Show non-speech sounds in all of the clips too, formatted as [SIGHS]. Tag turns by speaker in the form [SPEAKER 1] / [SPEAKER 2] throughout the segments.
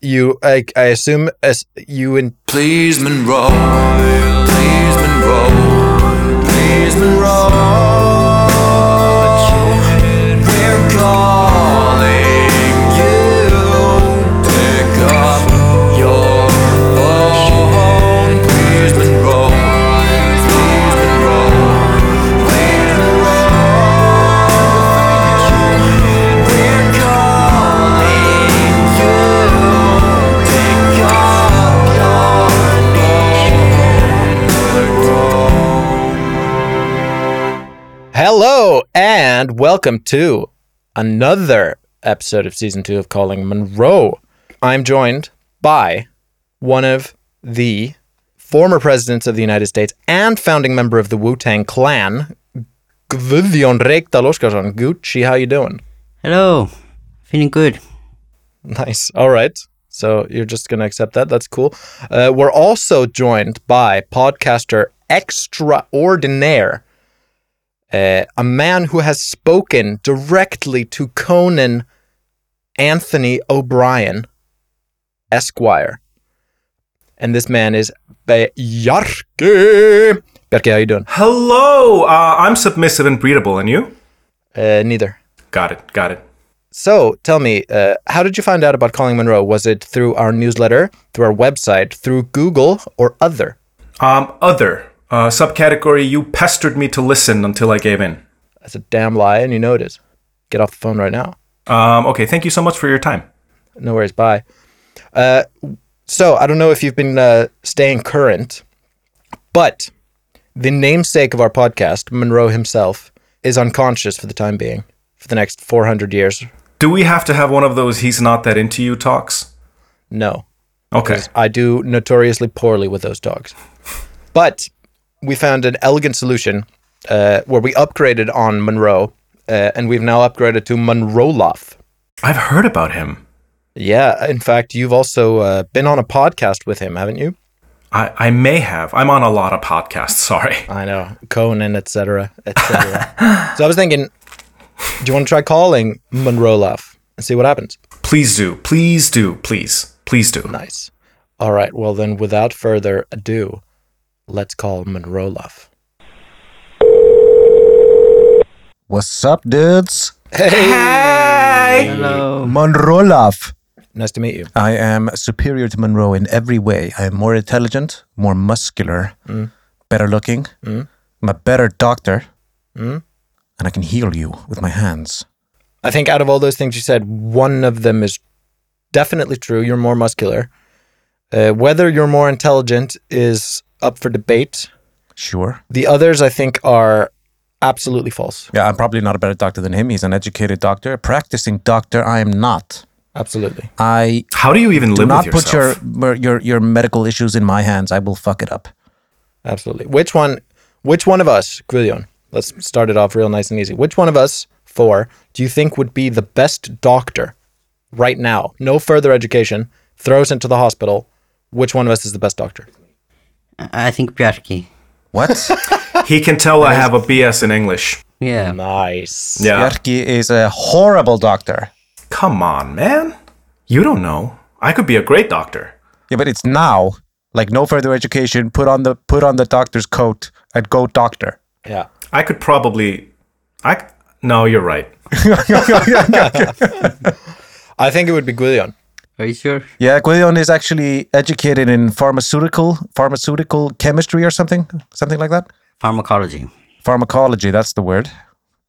[SPEAKER 1] you, I, I assume as you and
[SPEAKER 2] Please, Monroe. Please, Monroe. Please, Monroe. We're calling you. Pick up your phone. Please, Monroe. Please, Monroe. Please, Monroe. We're calling you. Pick up your
[SPEAKER 1] hello and welcome to another episode of season two of Calling Monroe. I'm joined by one of the former presidents of the United States and founding member of the Wu Tang Clan, Gvidion Reykdal Oscarsson. Gucci, how you doing?
[SPEAKER 3] Hello. Feeling good.
[SPEAKER 1] [LAUGHS] Nice. All right. So you're just going to accept that. That's cool. Uh, we're also joined by podcaster extraordinaire, uh, a man who has spoken directly to Conan Anthony O'Brien, Esquire. And this man is Bjarke. Bjarke, how you doing?
[SPEAKER 4] Hello, uh, I'm submissive and breedable, and you?
[SPEAKER 1] Uh, neither.
[SPEAKER 4] Got it, got it.
[SPEAKER 1] So tell me, uh, how did you find out about Calling Monroe? Was it through our newsletter, through our website, through Google, or other?
[SPEAKER 4] Um, other uh, subcategory, you pestered me to listen until I gave in.
[SPEAKER 1] That's a damn lie, and you know it is. Get off the phone right now.
[SPEAKER 4] Um, okay, thank you so much for your time.
[SPEAKER 1] No worries. Bye. Uh, so I don't know if you've been uh, staying current, but the namesake of our podcast, Monroe himself, is unconscious for the time being, for the next 400 years.
[SPEAKER 4] Do we have to have one of those "he's not that into you" talks?
[SPEAKER 1] No.
[SPEAKER 4] Okay,
[SPEAKER 1] I do notoriously poorly with those dogs. But we found an elegant solution uh, where we upgraded on Monroe, uh, and we've now upgraded to Monroloff.
[SPEAKER 4] I've heard about him.
[SPEAKER 1] Yeah, in fact, you've also uh, been on a podcast with him, haven't you?
[SPEAKER 4] I, I may have. I'm on a lot of podcasts. [LAUGHS] Sorry.
[SPEAKER 1] I know Conan, etc., etc. [LAUGHS] so I was thinking, do you want to try calling Monroloff and see what happens?
[SPEAKER 4] Please do, please do, please, please do.
[SPEAKER 1] Nice. All right. Well, then, without further ado, let's call Monroloff.
[SPEAKER 5] What's up, dudes?
[SPEAKER 3] Hello.
[SPEAKER 5] Monrolov.
[SPEAKER 1] Nice to meet you.
[SPEAKER 5] I am superior to Monroe in every way. I am more intelligent, more muscular,
[SPEAKER 4] Mm.
[SPEAKER 5] better looking. I'm a better doctor.
[SPEAKER 4] Mm.
[SPEAKER 5] And I can heal you with my hands.
[SPEAKER 1] I think out of all those things you said, one of them is definitely true. You're more muscular. Uh, whether you're more intelligent is up for debate.
[SPEAKER 5] Sure.
[SPEAKER 1] The others, I think, are absolutely false.
[SPEAKER 5] Yeah, I'm probably not a better doctor than him. He's an educated doctor, a practicing doctor. I am not.
[SPEAKER 1] Absolutely.
[SPEAKER 5] I
[SPEAKER 4] How do you even
[SPEAKER 5] do
[SPEAKER 4] live
[SPEAKER 5] not
[SPEAKER 4] with yourself?
[SPEAKER 5] put your, mer- your your medical issues in my hands. I will fuck it up.
[SPEAKER 1] Absolutely. Which one? Which one of us, Grillion? Let's start it off real nice and easy. Which one of us four do you think would be the best doctor right now? No further education. Throws into the hospital. Which one of us is the best doctor?
[SPEAKER 3] I I think Bjarki.
[SPEAKER 5] What?
[SPEAKER 4] He can tell
[SPEAKER 5] [LAUGHS]
[SPEAKER 4] I have a BS in English.
[SPEAKER 3] Yeah.
[SPEAKER 1] Nice.
[SPEAKER 4] [LAUGHS] Yeah.
[SPEAKER 5] Bjarki is a horrible doctor.
[SPEAKER 4] Come on, man. You don't know. I could be a great doctor.
[SPEAKER 5] Yeah, but it's now. Like no further education. Put on the put on the doctor's coat and go [LAUGHS] doctor.
[SPEAKER 1] Yeah.
[SPEAKER 4] I could probably. I c- no, you're right.
[SPEAKER 1] I think it would be Grillion.
[SPEAKER 3] Are you sure?
[SPEAKER 5] [LAUGHS] Yeah, Guillon is actually educated in pharmaceutical pharmaceutical chemistry or something, something like that.
[SPEAKER 3] Pharmacology.
[SPEAKER 5] Pharmacology, that's the word.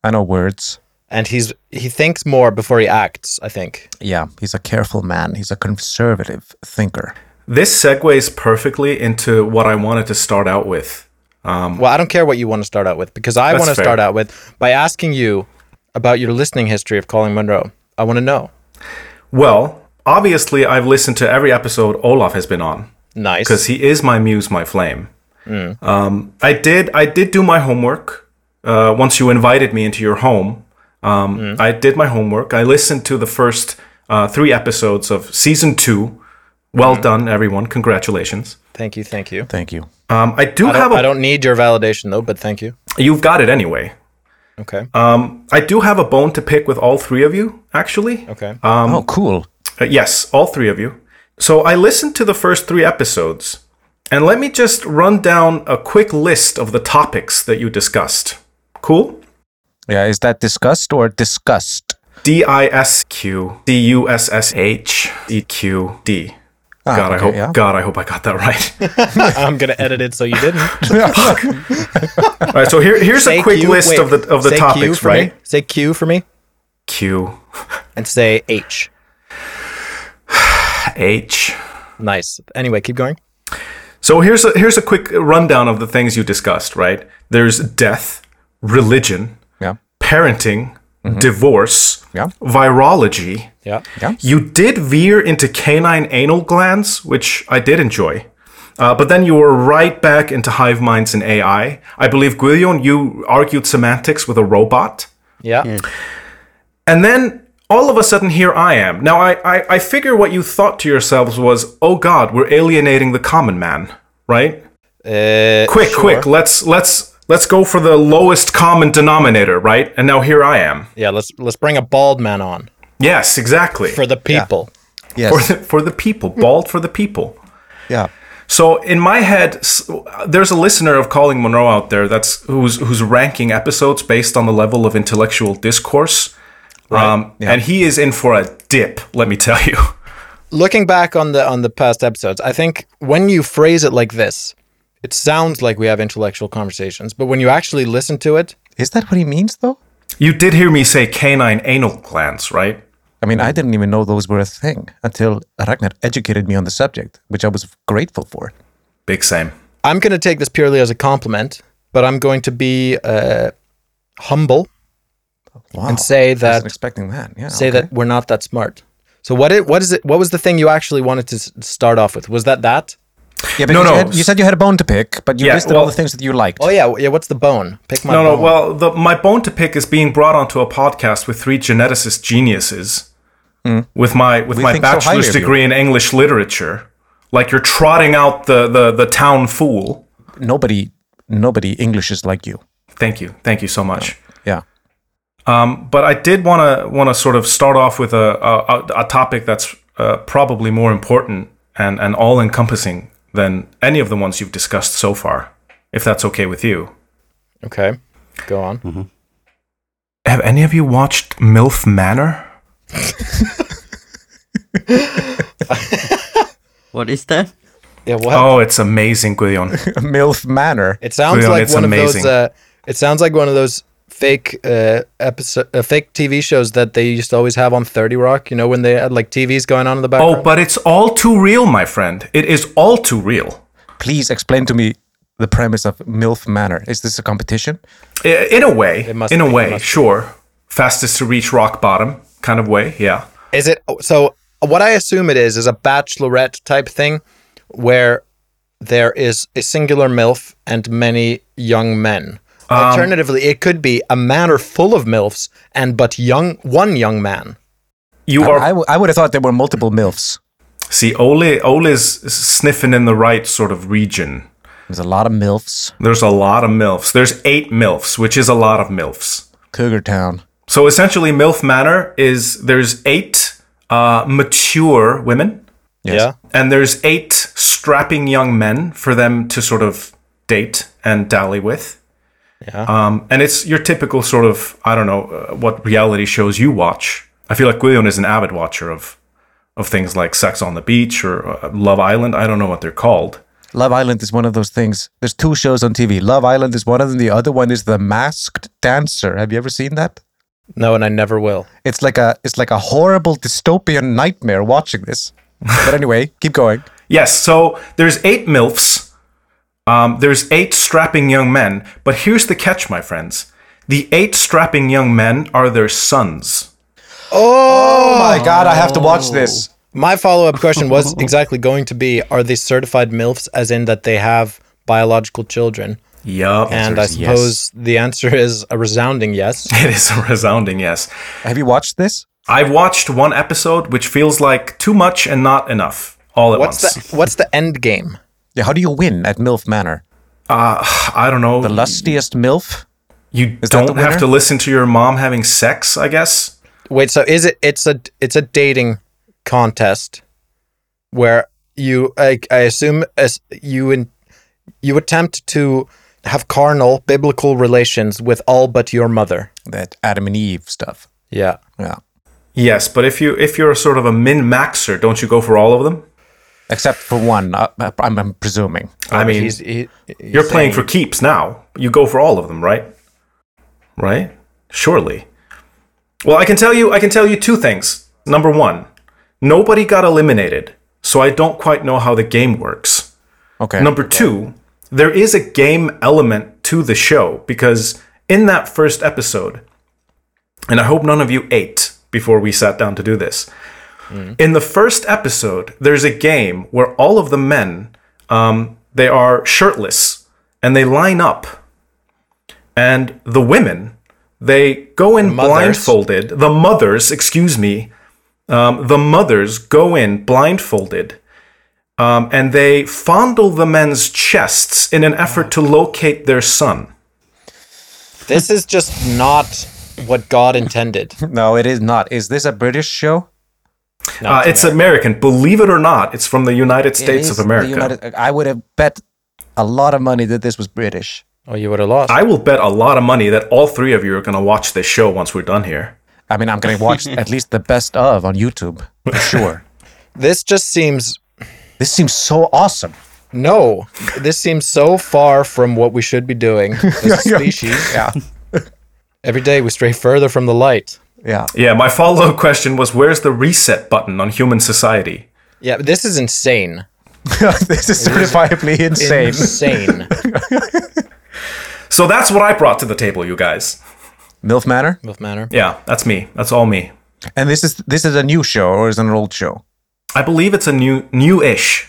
[SPEAKER 5] I know words.
[SPEAKER 1] And he's he thinks more before he acts. I think.
[SPEAKER 5] Yeah, he's a careful man. He's a conservative thinker.
[SPEAKER 4] This segues perfectly into what I wanted to start out with.
[SPEAKER 1] Well, I don't care what you want to start out with because I
[SPEAKER 4] That's
[SPEAKER 1] want to
[SPEAKER 4] fair.
[SPEAKER 1] start out with by asking you about your listening history of Calling Monroe. I want to know.
[SPEAKER 4] Well, obviously, I've listened to every episode Olaf has been on
[SPEAKER 1] Nice.
[SPEAKER 4] because he is my muse, my flame.
[SPEAKER 1] Hmm.
[SPEAKER 4] Um, I did, I did do my homework. Uh, once you invited me into your home, um,
[SPEAKER 1] Hmm.
[SPEAKER 4] I did my homework. I listened to the first uh, three episodes of season two.
[SPEAKER 1] Hmm.
[SPEAKER 4] Well done, everyone! Congratulations.
[SPEAKER 1] Thank you. Thank you.
[SPEAKER 5] Thank you.
[SPEAKER 4] Um, I do
[SPEAKER 1] I
[SPEAKER 4] have
[SPEAKER 1] don't,
[SPEAKER 4] a.
[SPEAKER 1] I don't need your validation though, but thank you.
[SPEAKER 4] You've got it anyway.
[SPEAKER 1] Okay.
[SPEAKER 4] Uh, I do have a bone to pick with all three of you, actually.
[SPEAKER 1] okay.
[SPEAKER 5] oh, cool.
[SPEAKER 4] Uh, yes, all three of you. So I listened to the first three episodes, and let me just run down a quick list of the topics that you discussed. Cool?
[SPEAKER 5] Yeah, is that disgust or disgust?
[SPEAKER 4] D I S Q D U S S H E Q D.
[SPEAKER 5] Ah,
[SPEAKER 4] God, I
[SPEAKER 5] okay,
[SPEAKER 4] hope.
[SPEAKER 5] yeah.
[SPEAKER 4] God, I hope I got that [LAUGHS]
[SPEAKER 1] [LAUGHS]
[SPEAKER 4] right.
[SPEAKER 1] I'm gonna edit it so you didn't.
[SPEAKER 4] All right, so here, [LAUGHS] here's
[SPEAKER 1] Say
[SPEAKER 4] a quick
[SPEAKER 1] Q-
[SPEAKER 4] list
[SPEAKER 1] wait,
[SPEAKER 4] of the of the
[SPEAKER 1] say Q
[SPEAKER 4] topics,
[SPEAKER 1] for
[SPEAKER 4] right?
[SPEAKER 1] Me. Say Q for me
[SPEAKER 4] Q
[SPEAKER 1] and say H.
[SPEAKER 4] H.
[SPEAKER 1] Nice. Anyway, keep going.
[SPEAKER 4] So here's a here's a quick rundown of the things you discussed, right? There's death, religion,
[SPEAKER 5] Yeah. Mm-hmm.
[SPEAKER 4] parenting, divorce,
[SPEAKER 5] Yeah.
[SPEAKER 4] virology.
[SPEAKER 1] Yeah.
[SPEAKER 4] You did veer into canine anal glands, which I did enjoy. Uh, but then you were right back into hive minds and AI. I believe, Guillon, you argued semantics with a robot.
[SPEAKER 1] Yeah.
[SPEAKER 4] And then all of a sudden, here I am. Now, I, I, I figure what you thought to yourselves was, oh God, we're alienating the common man, right?
[SPEAKER 1] Uh,
[SPEAKER 4] quick
[SPEAKER 1] sure.
[SPEAKER 4] quick let's let's let's go for the lowest common denominator right and now here i am
[SPEAKER 1] Yeah. Let's let's bring a bald man on
[SPEAKER 4] yes exactly
[SPEAKER 1] for the people.
[SPEAKER 5] Yes.
[SPEAKER 4] for the, for the people bald for the people
[SPEAKER 5] [LAUGHS] yeah.
[SPEAKER 4] so in my head s- there's a listener of calling monroe out there that's who's who's ranking episodes based on the level of intellectual discourse um, and he is in for a dip let me tell you [LAUGHS]
[SPEAKER 1] Looking back on the on the past episodes, I think when you phrase it like this, it sounds like we have intellectual conversations. But when you actually listen to it,
[SPEAKER 5] Is that what he means, though?
[SPEAKER 4] you did hear me say canine anal glands right
[SPEAKER 5] I mean, I didn't even know those were a thing until Ragnar educated me on the subject, which I was grateful for.
[SPEAKER 4] big same
[SPEAKER 1] I'm going to take this purely as a compliment, but I'm going to be uh, humble
[SPEAKER 5] Wow.
[SPEAKER 1] and say
[SPEAKER 5] I wasn't
[SPEAKER 1] that
[SPEAKER 5] expecting that. Yeah.
[SPEAKER 1] say
[SPEAKER 5] okay.
[SPEAKER 1] that we're not that smart. So what it what is it what was the thing you actually wanted to s- start off with? Was that that?
[SPEAKER 5] Yeah, but
[SPEAKER 4] No,
[SPEAKER 5] you,
[SPEAKER 4] no.
[SPEAKER 5] Had, you said you had a bone to pick, but you
[SPEAKER 4] Yeah,
[SPEAKER 5] listed all
[SPEAKER 4] well-
[SPEAKER 5] the things that you liked.
[SPEAKER 1] Oh yeah, yeah. What's the bone? Pick my
[SPEAKER 4] no,
[SPEAKER 1] bone.
[SPEAKER 4] no. Well, the, my bone to pick is being brought onto a podcast with three geneticist geniuses, with my with
[SPEAKER 5] Hmm. We
[SPEAKER 4] my
[SPEAKER 5] think so highly
[SPEAKER 4] bachelor's
[SPEAKER 5] of you.
[SPEAKER 4] degree in English literature. Like you're trotting out the the the town fool.
[SPEAKER 5] Nobody, nobody English is like you.
[SPEAKER 4] Thank you, thank you so much. [LAUGHS]
[SPEAKER 5] Yeah.
[SPEAKER 4] Um, but I did want to want to sort of start off with a a, a- a topic that's uh, probably more important and and all encompassing than any of the ones you've discussed so far, if that's okay with you.
[SPEAKER 1] Okay, go on.
[SPEAKER 4] Have any of you watched MILF Manor?
[SPEAKER 3] What is that?
[SPEAKER 1] Yeah. What?
[SPEAKER 4] Oh, it's amazing, Guillon.
[SPEAKER 5] Milf Manor.
[SPEAKER 1] It sounds
[SPEAKER 4] Cleon,
[SPEAKER 1] like
[SPEAKER 4] it's
[SPEAKER 1] one of
[SPEAKER 4] amazing.
[SPEAKER 1] those. Uh, it sounds like one of those fake uh, episode, uh, fake TV shows that they used to always have on Thirty Rock. You know when they had like TVs going on in the background.
[SPEAKER 4] Oh, but it's all too real, my friend. It is all too real.
[SPEAKER 5] Please explain to me the premise of Milf Manor. Is this a competition?
[SPEAKER 4] I- In a way,
[SPEAKER 1] must
[SPEAKER 4] in a
[SPEAKER 1] be, it
[SPEAKER 4] way,
[SPEAKER 1] must be.
[SPEAKER 4] sure. Fastest to reach rock bottom kind of way, yeah.
[SPEAKER 1] Is it so? What I assume it is is a bachelorette type thing, where there is a singular milf and many young men.
[SPEAKER 4] Um,
[SPEAKER 1] Alternatively, it could be a manor full of milfs and but young one young man.
[SPEAKER 4] You
[SPEAKER 5] I
[SPEAKER 4] are
[SPEAKER 5] I w- I would have thought there were multiple Milfs.
[SPEAKER 4] see Ole Ole's sniffing in the right sort of region.
[SPEAKER 5] There's a lot of Milfs.
[SPEAKER 4] There's a lot of milfs. There's 8 milfs, which is a lot of milfs.
[SPEAKER 5] Cougar Town.
[SPEAKER 4] So essentially MILF Manor is there's 8 uh, mature women
[SPEAKER 1] Yeah.
[SPEAKER 4] and there's 8 strapping young men for them to sort of date and dally with.
[SPEAKER 1] Yeah.
[SPEAKER 4] Um, and it's your typical sort of I don't know uh, what reality shows you watch. I feel like Guillon is an avid watcher of of things like Sex on the Beach or uh, Love Island. I don't know what they're called.
[SPEAKER 5] Love Island is one of those things. There's two shows on TV. Love Island is one of them. The other one is The Masked Dancer. Have you ever seen that?
[SPEAKER 1] No, and I never will.
[SPEAKER 5] It's like a it's like a horrible dystopian nightmare watching this. But anyway, [LAUGHS] keep going.
[SPEAKER 4] Yes, so there's eight milfs. Um, there's eight strapping young men, but here's the catch, my friends. The eight strapping young men are their sons.
[SPEAKER 5] Oh my god, I have to watch this.
[SPEAKER 1] My follow up question was exactly going to be: Are they certified milfs, as in that they have biological children?
[SPEAKER 4] Yup.
[SPEAKER 1] And I suppose the answer is a resounding yes.
[SPEAKER 4] it is a resounding yes.
[SPEAKER 5] Have you watched this?
[SPEAKER 4] I've watched one episode, which feels like too much and not enough all [LAUGHS] at
[SPEAKER 1] What's
[SPEAKER 4] once.
[SPEAKER 1] the What's the end game?
[SPEAKER 5] Yeah, how do you win at MILF Manor?
[SPEAKER 4] Uh, [SIGHS] I don't know.
[SPEAKER 5] The lustiest MILF?
[SPEAKER 4] You
[SPEAKER 5] Is that the
[SPEAKER 4] don't have
[SPEAKER 5] winner?
[SPEAKER 4] to listen to your mom having sex, I guess.
[SPEAKER 1] Wait, so is it? It's a it's a dating contest where you, I, I assume, as you in, you attempt to have carnal biblical relations with all but your mother.
[SPEAKER 5] That Adam and Eve stuff.
[SPEAKER 1] Yeah.
[SPEAKER 5] Yeah.
[SPEAKER 4] Yes, but if you if you're sort of a min maxer, don't you go for all of them?
[SPEAKER 5] Except for one, uh, I'm, I'm presuming.
[SPEAKER 4] I mean,
[SPEAKER 1] He's, he,
[SPEAKER 4] you're playing for keeps now. You go for all of them, right? Right? Surely. Well, I can tell you I can tell you two things. Number 1, nobody got eliminated, so I don't quite know how the game works.
[SPEAKER 5] Okay.
[SPEAKER 4] Number two, there is a game element to the show because in that first episode, and I hope none of you ate before we sat down to do this. In the first episode, there's a game where all of the men um, they are shirtless and they line up, and the women they go in
[SPEAKER 1] mothers.
[SPEAKER 4] blindfolded. The mothers, excuse me, um, the mothers go in blindfolded um, and they fondle the men's chests in an effort to locate their son.
[SPEAKER 1] This is just not what God intended.
[SPEAKER 4] [LAUGHS]
[SPEAKER 5] no, it is not. Is this a British show?
[SPEAKER 4] Uh, it's American. Believe it or not, it's from the United States
[SPEAKER 5] It is
[SPEAKER 4] of
[SPEAKER 5] the
[SPEAKER 4] America.
[SPEAKER 5] United- I would have bet a lot of money that this was British.
[SPEAKER 1] Oh, you would have lost.
[SPEAKER 4] I will bet a lot of money that all three of you are going to watch this show once we're done here.
[SPEAKER 5] I mean,
[SPEAKER 4] [LAUGHS]
[SPEAKER 5] I'm going to watch at least the best of on YouTube for sure.
[SPEAKER 1] this just seems
[SPEAKER 5] This seems so awesome.
[SPEAKER 1] no. This seems so far from what we should be
[SPEAKER 5] [LAUGHS]
[SPEAKER 1] doing as a species.
[SPEAKER 5] Yeah.
[SPEAKER 1] Every day we stray further from the light.
[SPEAKER 5] Yeah. [LAUGHS]
[SPEAKER 4] Yeah, my follow up [LAUGHS] question was where's the reset button on human society?
[SPEAKER 1] Yeah, but this is insane.
[SPEAKER 5] this is
[SPEAKER 4] [LAUGHS]
[SPEAKER 5] certifiably insane. [LAUGHS]
[SPEAKER 1] Insane.
[SPEAKER 4] So that's what I brought to the table, you guys.
[SPEAKER 5] MILF Manor?
[SPEAKER 1] Wolf Manor.
[SPEAKER 4] Yeah, that's me. That's all me.
[SPEAKER 5] And this is this is a new show or is it an old show?
[SPEAKER 4] I believe it's a new new-ish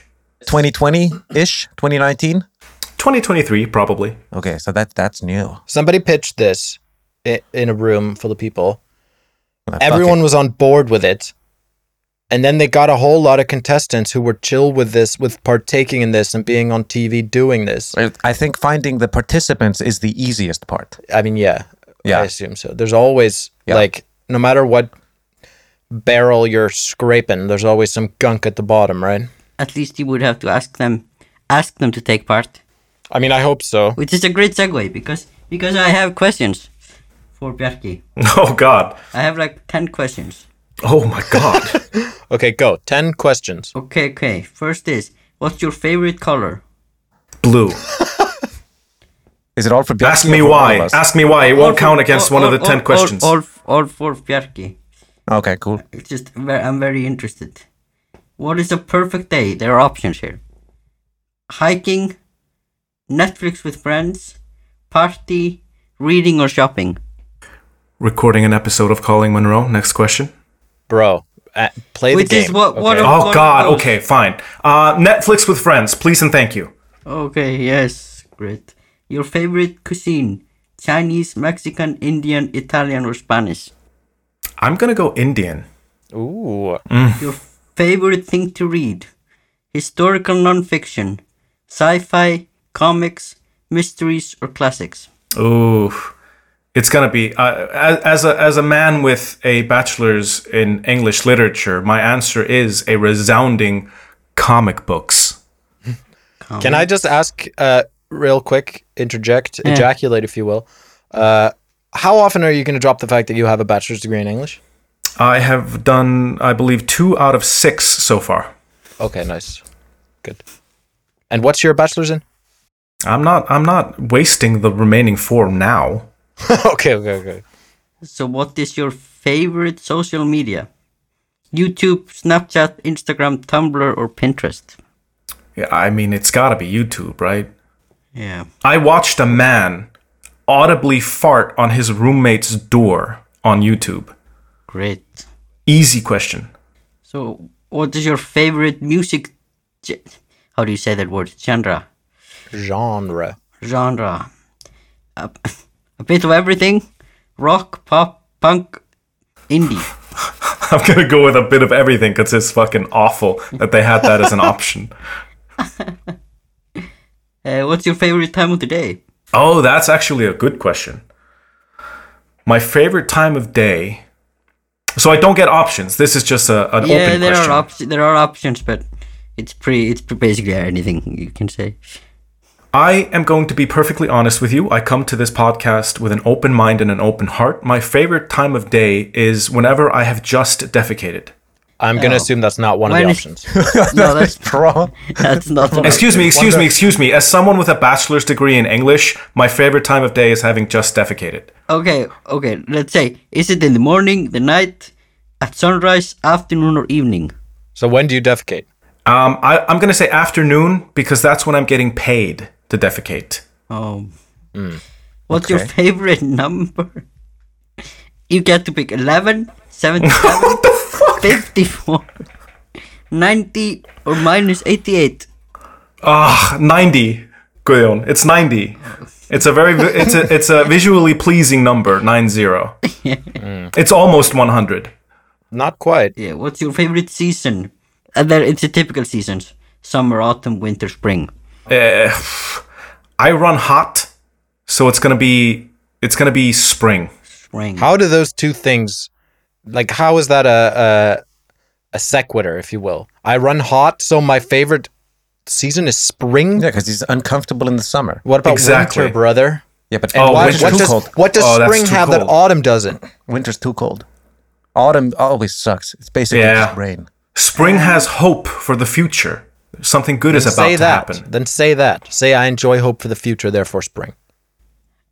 [SPEAKER 5] 2020-ish? 2019?
[SPEAKER 4] 2023 probably. [LAUGHS]
[SPEAKER 5] Okay, so that that's new.
[SPEAKER 1] Somebody pitched this i- in a room full of people.
[SPEAKER 5] Well, fuck
[SPEAKER 1] Everyone
[SPEAKER 5] it.
[SPEAKER 1] was on board with it. And then they got a whole lot of contestants who were chill with this, with partaking in this and being on TV doing this.
[SPEAKER 5] I think finding the participants is the easiest part.
[SPEAKER 1] I mean, yeah,
[SPEAKER 5] Yeah.
[SPEAKER 1] I assume so. There's always
[SPEAKER 5] Yeah.
[SPEAKER 1] like, no matter what barrel you're scraping, there's always some gunk at the bottom, right?
[SPEAKER 3] At least you would have to ask them, ask them to take part,
[SPEAKER 1] I mean, I hope so.
[SPEAKER 3] which is a great segue because because I have questions for Bjarki.
[SPEAKER 4] Oh god.
[SPEAKER 3] I have like ten questions.
[SPEAKER 4] Oh my
[SPEAKER 5] [LAUGHS]
[SPEAKER 4] god.
[SPEAKER 1] Okay, go. Ten questions.
[SPEAKER 3] Okay, okay. First is, what's your favorite color?
[SPEAKER 4] Blue.
[SPEAKER 5] Is it all for Bjarki
[SPEAKER 4] Ask
[SPEAKER 5] or
[SPEAKER 4] me
[SPEAKER 5] for all
[SPEAKER 4] why.
[SPEAKER 5] of us?
[SPEAKER 4] Ask me why. It Ah, won't
[SPEAKER 3] All
[SPEAKER 4] count
[SPEAKER 3] for-
[SPEAKER 4] against
[SPEAKER 3] all-
[SPEAKER 4] one of the
[SPEAKER 3] all-
[SPEAKER 4] ten
[SPEAKER 3] all-
[SPEAKER 4] questions.
[SPEAKER 3] All, all, for Bjarki.
[SPEAKER 5] Okay, cool. [LAUGHS]
[SPEAKER 3] It's just ver- I'm very interested. What is a perfect day? There are options here: hiking, Netflix with friends, party, reading, or shopping.
[SPEAKER 4] Recording an episode of Calling Monroe. Next question.
[SPEAKER 1] Bro, uh, play
[SPEAKER 3] Which
[SPEAKER 1] the game.
[SPEAKER 3] is what- what
[SPEAKER 1] okay.
[SPEAKER 3] are-
[SPEAKER 4] Oh
[SPEAKER 3] One
[SPEAKER 4] god.
[SPEAKER 3] of those.
[SPEAKER 4] Okay, fine. Uh, Netflix with friends, please and thank you.
[SPEAKER 3] Okay, yes, great. Your favorite cuisine? Chinese, Mexican, Indian, Italian, or Spanish?
[SPEAKER 4] I'm gonna go Indian.
[SPEAKER 1] Ooh.
[SPEAKER 3] Your favorite thing to read? Historical nonfiction, sci-fi, comics, mysteries, or classics?
[SPEAKER 4] Ooh, it's gonna be uh, as, as a as a man with a bachelor's in English literature. My answer is a resounding comic books.
[SPEAKER 3] Oh.
[SPEAKER 1] Can I just ask, uh, real quick, interject,
[SPEAKER 3] Yeah.
[SPEAKER 1] ejaculate, if you will? Uh, how often are you going to drop the fact that you have a bachelor's degree in English?
[SPEAKER 4] I have done, I believe, two out of six so far.
[SPEAKER 1] Okay, nice. Good. And what's your bachelor's in? [LAUGHS]
[SPEAKER 4] I'm not I'm not wasting the remaining four now.
[SPEAKER 1] okay, okay, okay.
[SPEAKER 3] So, what is your favorite social media? YouTube, Snapchat, Instagram, Tumblr, or Pinterest?
[SPEAKER 4] Yeah, I mean, it's gotta be YouTube, right?
[SPEAKER 3] Yeah.
[SPEAKER 4] I watched a man audibly fart on his roommate's door on YouTube.
[SPEAKER 3] Great.
[SPEAKER 4] Easy question.
[SPEAKER 3] So, what is your favorite music? ge- How do you say that word? Genre.
[SPEAKER 1] Genre.
[SPEAKER 3] Genre. A, [LAUGHS] a bit of everything. Rock, pop, punk, indie.
[SPEAKER 4] [LAUGHS] I'm gonna go with a bit of everything because it's fucking awful that they had that as
[SPEAKER 3] [LAUGHS]
[SPEAKER 4] an option.
[SPEAKER 3] Uh, what's your favorite time of the day?
[SPEAKER 4] Oh, that's actually a good question. My favorite time of day. So I don't get options. This is just a, an
[SPEAKER 3] yeah,
[SPEAKER 4] open
[SPEAKER 3] there
[SPEAKER 4] question.
[SPEAKER 3] are options. There are options, but It's pretty. It's pre- basically anything you can
[SPEAKER 4] [LAUGHS]
[SPEAKER 3] say.
[SPEAKER 4] I am going to be perfectly honest with you. I come to this podcast with an open mind and an open heart. My favorite time of day is whenever I have just defecated.
[SPEAKER 1] I'm going to
[SPEAKER 3] No.
[SPEAKER 1] assume that's not one of
[SPEAKER 3] Oh.
[SPEAKER 1] the
[SPEAKER 3] When is-
[SPEAKER 1] options. [LAUGHS]
[SPEAKER 3] no, that's
[SPEAKER 5] Pro.
[SPEAKER 3] [LAUGHS] that's not. the-
[SPEAKER 4] Excuse me, excuse me, excuse me. As someone with a bachelor's degree in English, my favorite time of day is having just defecated.
[SPEAKER 3] Okay, okay. Let's say, is it in the morning, the night, at sunrise, afternoon, or evening?
[SPEAKER 1] So when do you defecate?
[SPEAKER 4] Um, I, I'm going to say afternoon because that's when I'm getting paid to defecate.
[SPEAKER 3] Um, what's your favorite [LAUGHS] number? You get to pick 11, 77, 54, 90, or minus 88.
[SPEAKER 4] Ah, 90, Guillaume. It's 90. It's a very vi- it's a it's a visually pleasing number, 90.
[SPEAKER 1] [LAUGHS]
[SPEAKER 4] It's almost 100.
[SPEAKER 1] Not quite.
[SPEAKER 3] Yeah, what's your favorite season? And then it's the typical seasons summer, autumn, winter, spring.
[SPEAKER 4] Eh, I run hot, so it's going to be it's going to be spring.
[SPEAKER 3] Spring.
[SPEAKER 1] How do those two things, like, how is that a, a a sequitur, if you will? I run hot, so my favorite season is spring.
[SPEAKER 5] Yeah, because he's uncomfortable in the summer.
[SPEAKER 1] What about
[SPEAKER 4] Exactly.
[SPEAKER 1] winter, brother?
[SPEAKER 5] Yeah, but
[SPEAKER 4] Oh,
[SPEAKER 1] Why-
[SPEAKER 4] winter's
[SPEAKER 1] what
[SPEAKER 5] too
[SPEAKER 1] does
[SPEAKER 5] cold.
[SPEAKER 1] what does
[SPEAKER 4] Oh, that's
[SPEAKER 1] spring
[SPEAKER 4] too
[SPEAKER 1] have that
[SPEAKER 4] cold.
[SPEAKER 1] autumn doesn't?
[SPEAKER 5] Winter's too cold. Autumn always sucks. It's basically
[SPEAKER 4] Yeah.
[SPEAKER 5] just rain.
[SPEAKER 4] Spring has hope for the future. Something good is about
[SPEAKER 1] say
[SPEAKER 4] to
[SPEAKER 1] that.
[SPEAKER 4] happen.
[SPEAKER 1] Then say that. Say I enjoy hope for the future, therefore spring.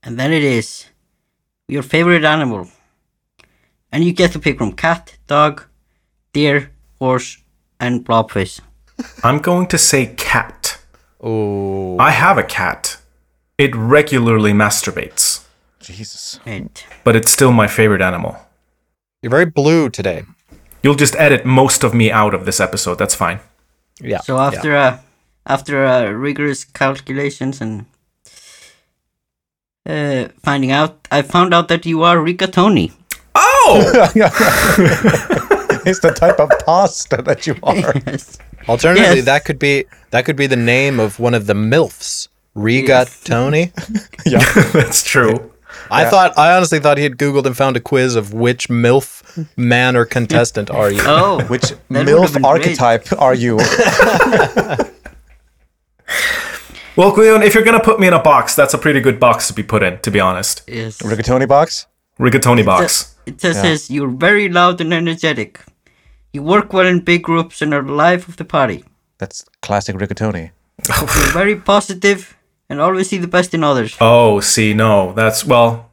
[SPEAKER 3] And then it is your favorite animal. And you get to pick from cat, dog, deer, horse, and blobfish.
[SPEAKER 4] I'm going to say cat.
[SPEAKER 1] Ooh.
[SPEAKER 4] I have a cat. It regularly masturbates,
[SPEAKER 5] Jesus.
[SPEAKER 3] Right.
[SPEAKER 4] but it's still my favorite animal.
[SPEAKER 1] You're very blue today.
[SPEAKER 4] You'll just edit most of me out of this episode. That's fine.
[SPEAKER 1] Yeah.
[SPEAKER 3] So
[SPEAKER 1] yeah.
[SPEAKER 3] after uh, after uh, rigorous calculations and uh, finding out, I found out that you are rigatoni.
[SPEAKER 4] Oh!
[SPEAKER 5] [LAUGHS] It's the type of pasta that [LAUGHS] you are.
[SPEAKER 3] Yes.
[SPEAKER 1] Alternatively,
[SPEAKER 3] Yes.
[SPEAKER 1] that could be that could be the name of one of the milfs. Riga Tony.
[SPEAKER 4] [LAUGHS] That's true.
[SPEAKER 1] I thought I honestly thought he had googled and found a quiz of which milf man or contestant are you.
[SPEAKER 3] Oh, [LAUGHS]
[SPEAKER 5] Which
[SPEAKER 3] would've
[SPEAKER 5] MILF
[SPEAKER 3] been great.
[SPEAKER 5] archetype are you? [LAUGHS]
[SPEAKER 4] Well, Cleon, if you're going to put me in a box, that's a pretty good box to be put in, to be honest.
[SPEAKER 3] Yes.
[SPEAKER 5] Rigatoni box?
[SPEAKER 4] Rigatoni box.
[SPEAKER 3] It just says you're very loud and energetic. You work well in big groups and are the life of
[SPEAKER 1] [LAUGHS]
[SPEAKER 3] the party.
[SPEAKER 5] That's classic rigatoni.
[SPEAKER 3] You're very positive and always see the best in others.
[SPEAKER 4] Oh, see, no. That's, well,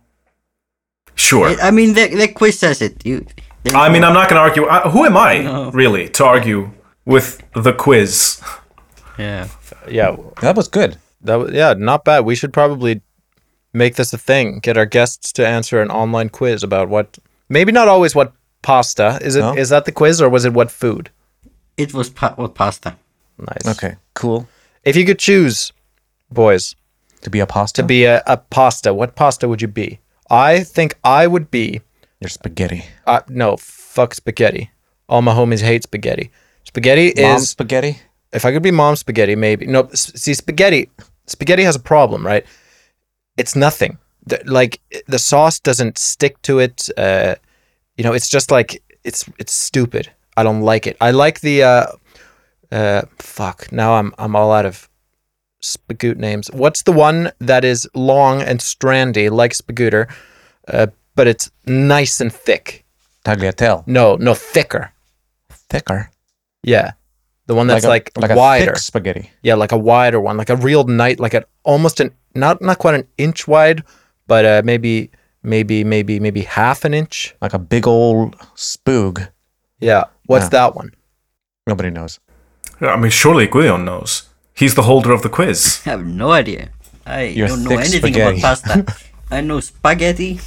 [SPEAKER 4] sure.
[SPEAKER 3] I, I mean, the, the quiz says it. You. there
[SPEAKER 4] I
[SPEAKER 3] you
[SPEAKER 4] mean,
[SPEAKER 3] go.
[SPEAKER 4] I'm not going to argue. I, who am I,
[SPEAKER 3] No.
[SPEAKER 4] really, to argue with the quiz?
[SPEAKER 3] Yeah.
[SPEAKER 1] Yeah.
[SPEAKER 5] That was good.
[SPEAKER 1] That was, yeah, not bad. We should probably make this a thing. Get our guests to answer an online quiz about what maybe not always what pasta. Is it is
[SPEAKER 5] No.
[SPEAKER 1] that the quiz or was it what food?
[SPEAKER 3] It was pa- what pasta.
[SPEAKER 1] Nice.
[SPEAKER 5] Okay, cool.
[SPEAKER 1] If you could choose, boys,
[SPEAKER 5] To be a pasta?
[SPEAKER 1] to be a, a pasta, what pasta would you be? I think I would be
[SPEAKER 5] Your spaghetti.
[SPEAKER 1] uh, no, fuck spaghetti. All my homies hate spaghetti. Spaghetti
[SPEAKER 5] Mom
[SPEAKER 1] is
[SPEAKER 5] spaghetti?
[SPEAKER 1] if I could be mom spaghetti, maybe. No, s- see, spaghetti, spaghetti has a problem, right? It's nothing. The- like the sauce doesn't stick to it. Uh, you know, it's just like it's it's stupid. I don't like it. I like the uh, uh, fuck. Now I'm I'm all out of spagoot names. What's the one that is long and strandy like spagooter, uh, but it's nice and thick?
[SPEAKER 5] Tagliatelle.
[SPEAKER 1] No, no thicker.
[SPEAKER 5] Thicker.
[SPEAKER 1] Yeah, the one that's like,
[SPEAKER 5] a
[SPEAKER 1] wider.
[SPEAKER 5] thick spaghetti.
[SPEAKER 1] Yeah, like a wider one, like a real night, like an almost an not not quite an inch wide, but uh, maybe maybe maybe maybe half an inch.
[SPEAKER 5] Like a big old spoog.
[SPEAKER 1] Yeah, what's
[SPEAKER 5] Yeah.
[SPEAKER 1] that one?
[SPEAKER 5] Nobody knows.
[SPEAKER 4] I mean, surely Guillaume knows. He's the holder of the quiz.
[SPEAKER 3] I have no idea. I
[SPEAKER 5] Your
[SPEAKER 3] don't know
[SPEAKER 5] thick
[SPEAKER 3] anything
[SPEAKER 5] spaghetti.
[SPEAKER 3] about
[SPEAKER 1] [LAUGHS]
[SPEAKER 3] pasta. I know spaghetti,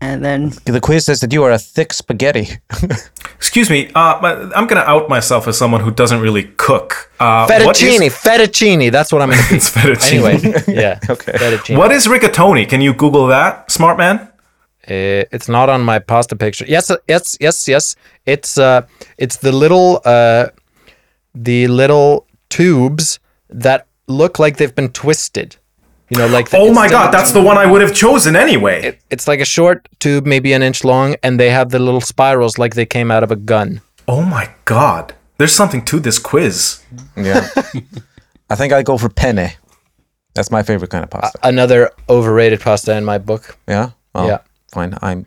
[SPEAKER 3] and then
[SPEAKER 5] The quiz says that you are a thick spaghetti. [LAUGHS]
[SPEAKER 4] Excuse me, uh, but I'm going to out myself as someone who doesn't really cook. Uh, what is-
[SPEAKER 1] Fettuccine, fettuccine. That's what I'm gonna be.
[SPEAKER 4] [LAUGHS] it's fettuccine.
[SPEAKER 1] anyway.
[SPEAKER 4] [LAUGHS]
[SPEAKER 1] Yeah. okay. Fettuccine.
[SPEAKER 4] What is rigatoni? Can you Google that, smart man?
[SPEAKER 1] Uh, it's not on my pasta picture. Yes, uh, yes, yes, yes. It's uh, it's the little uh, the little tubes that look like they've been twisted. You know, like the-
[SPEAKER 4] Oh my
[SPEAKER 1] instead
[SPEAKER 4] god,
[SPEAKER 1] of-
[SPEAKER 4] that's the one I would have chosen anyway.
[SPEAKER 1] it's like a short tube, maybe an inch long, and they have the little spirals like they came out of a gun.
[SPEAKER 4] oh my god. There's something to this quiz.
[SPEAKER 5] Yeah. I think I go for penne. That's my favorite kind of pasta.
[SPEAKER 1] Another overrated pasta in my book.
[SPEAKER 5] yeah. Well,
[SPEAKER 1] yeah.
[SPEAKER 5] Fine. I'm.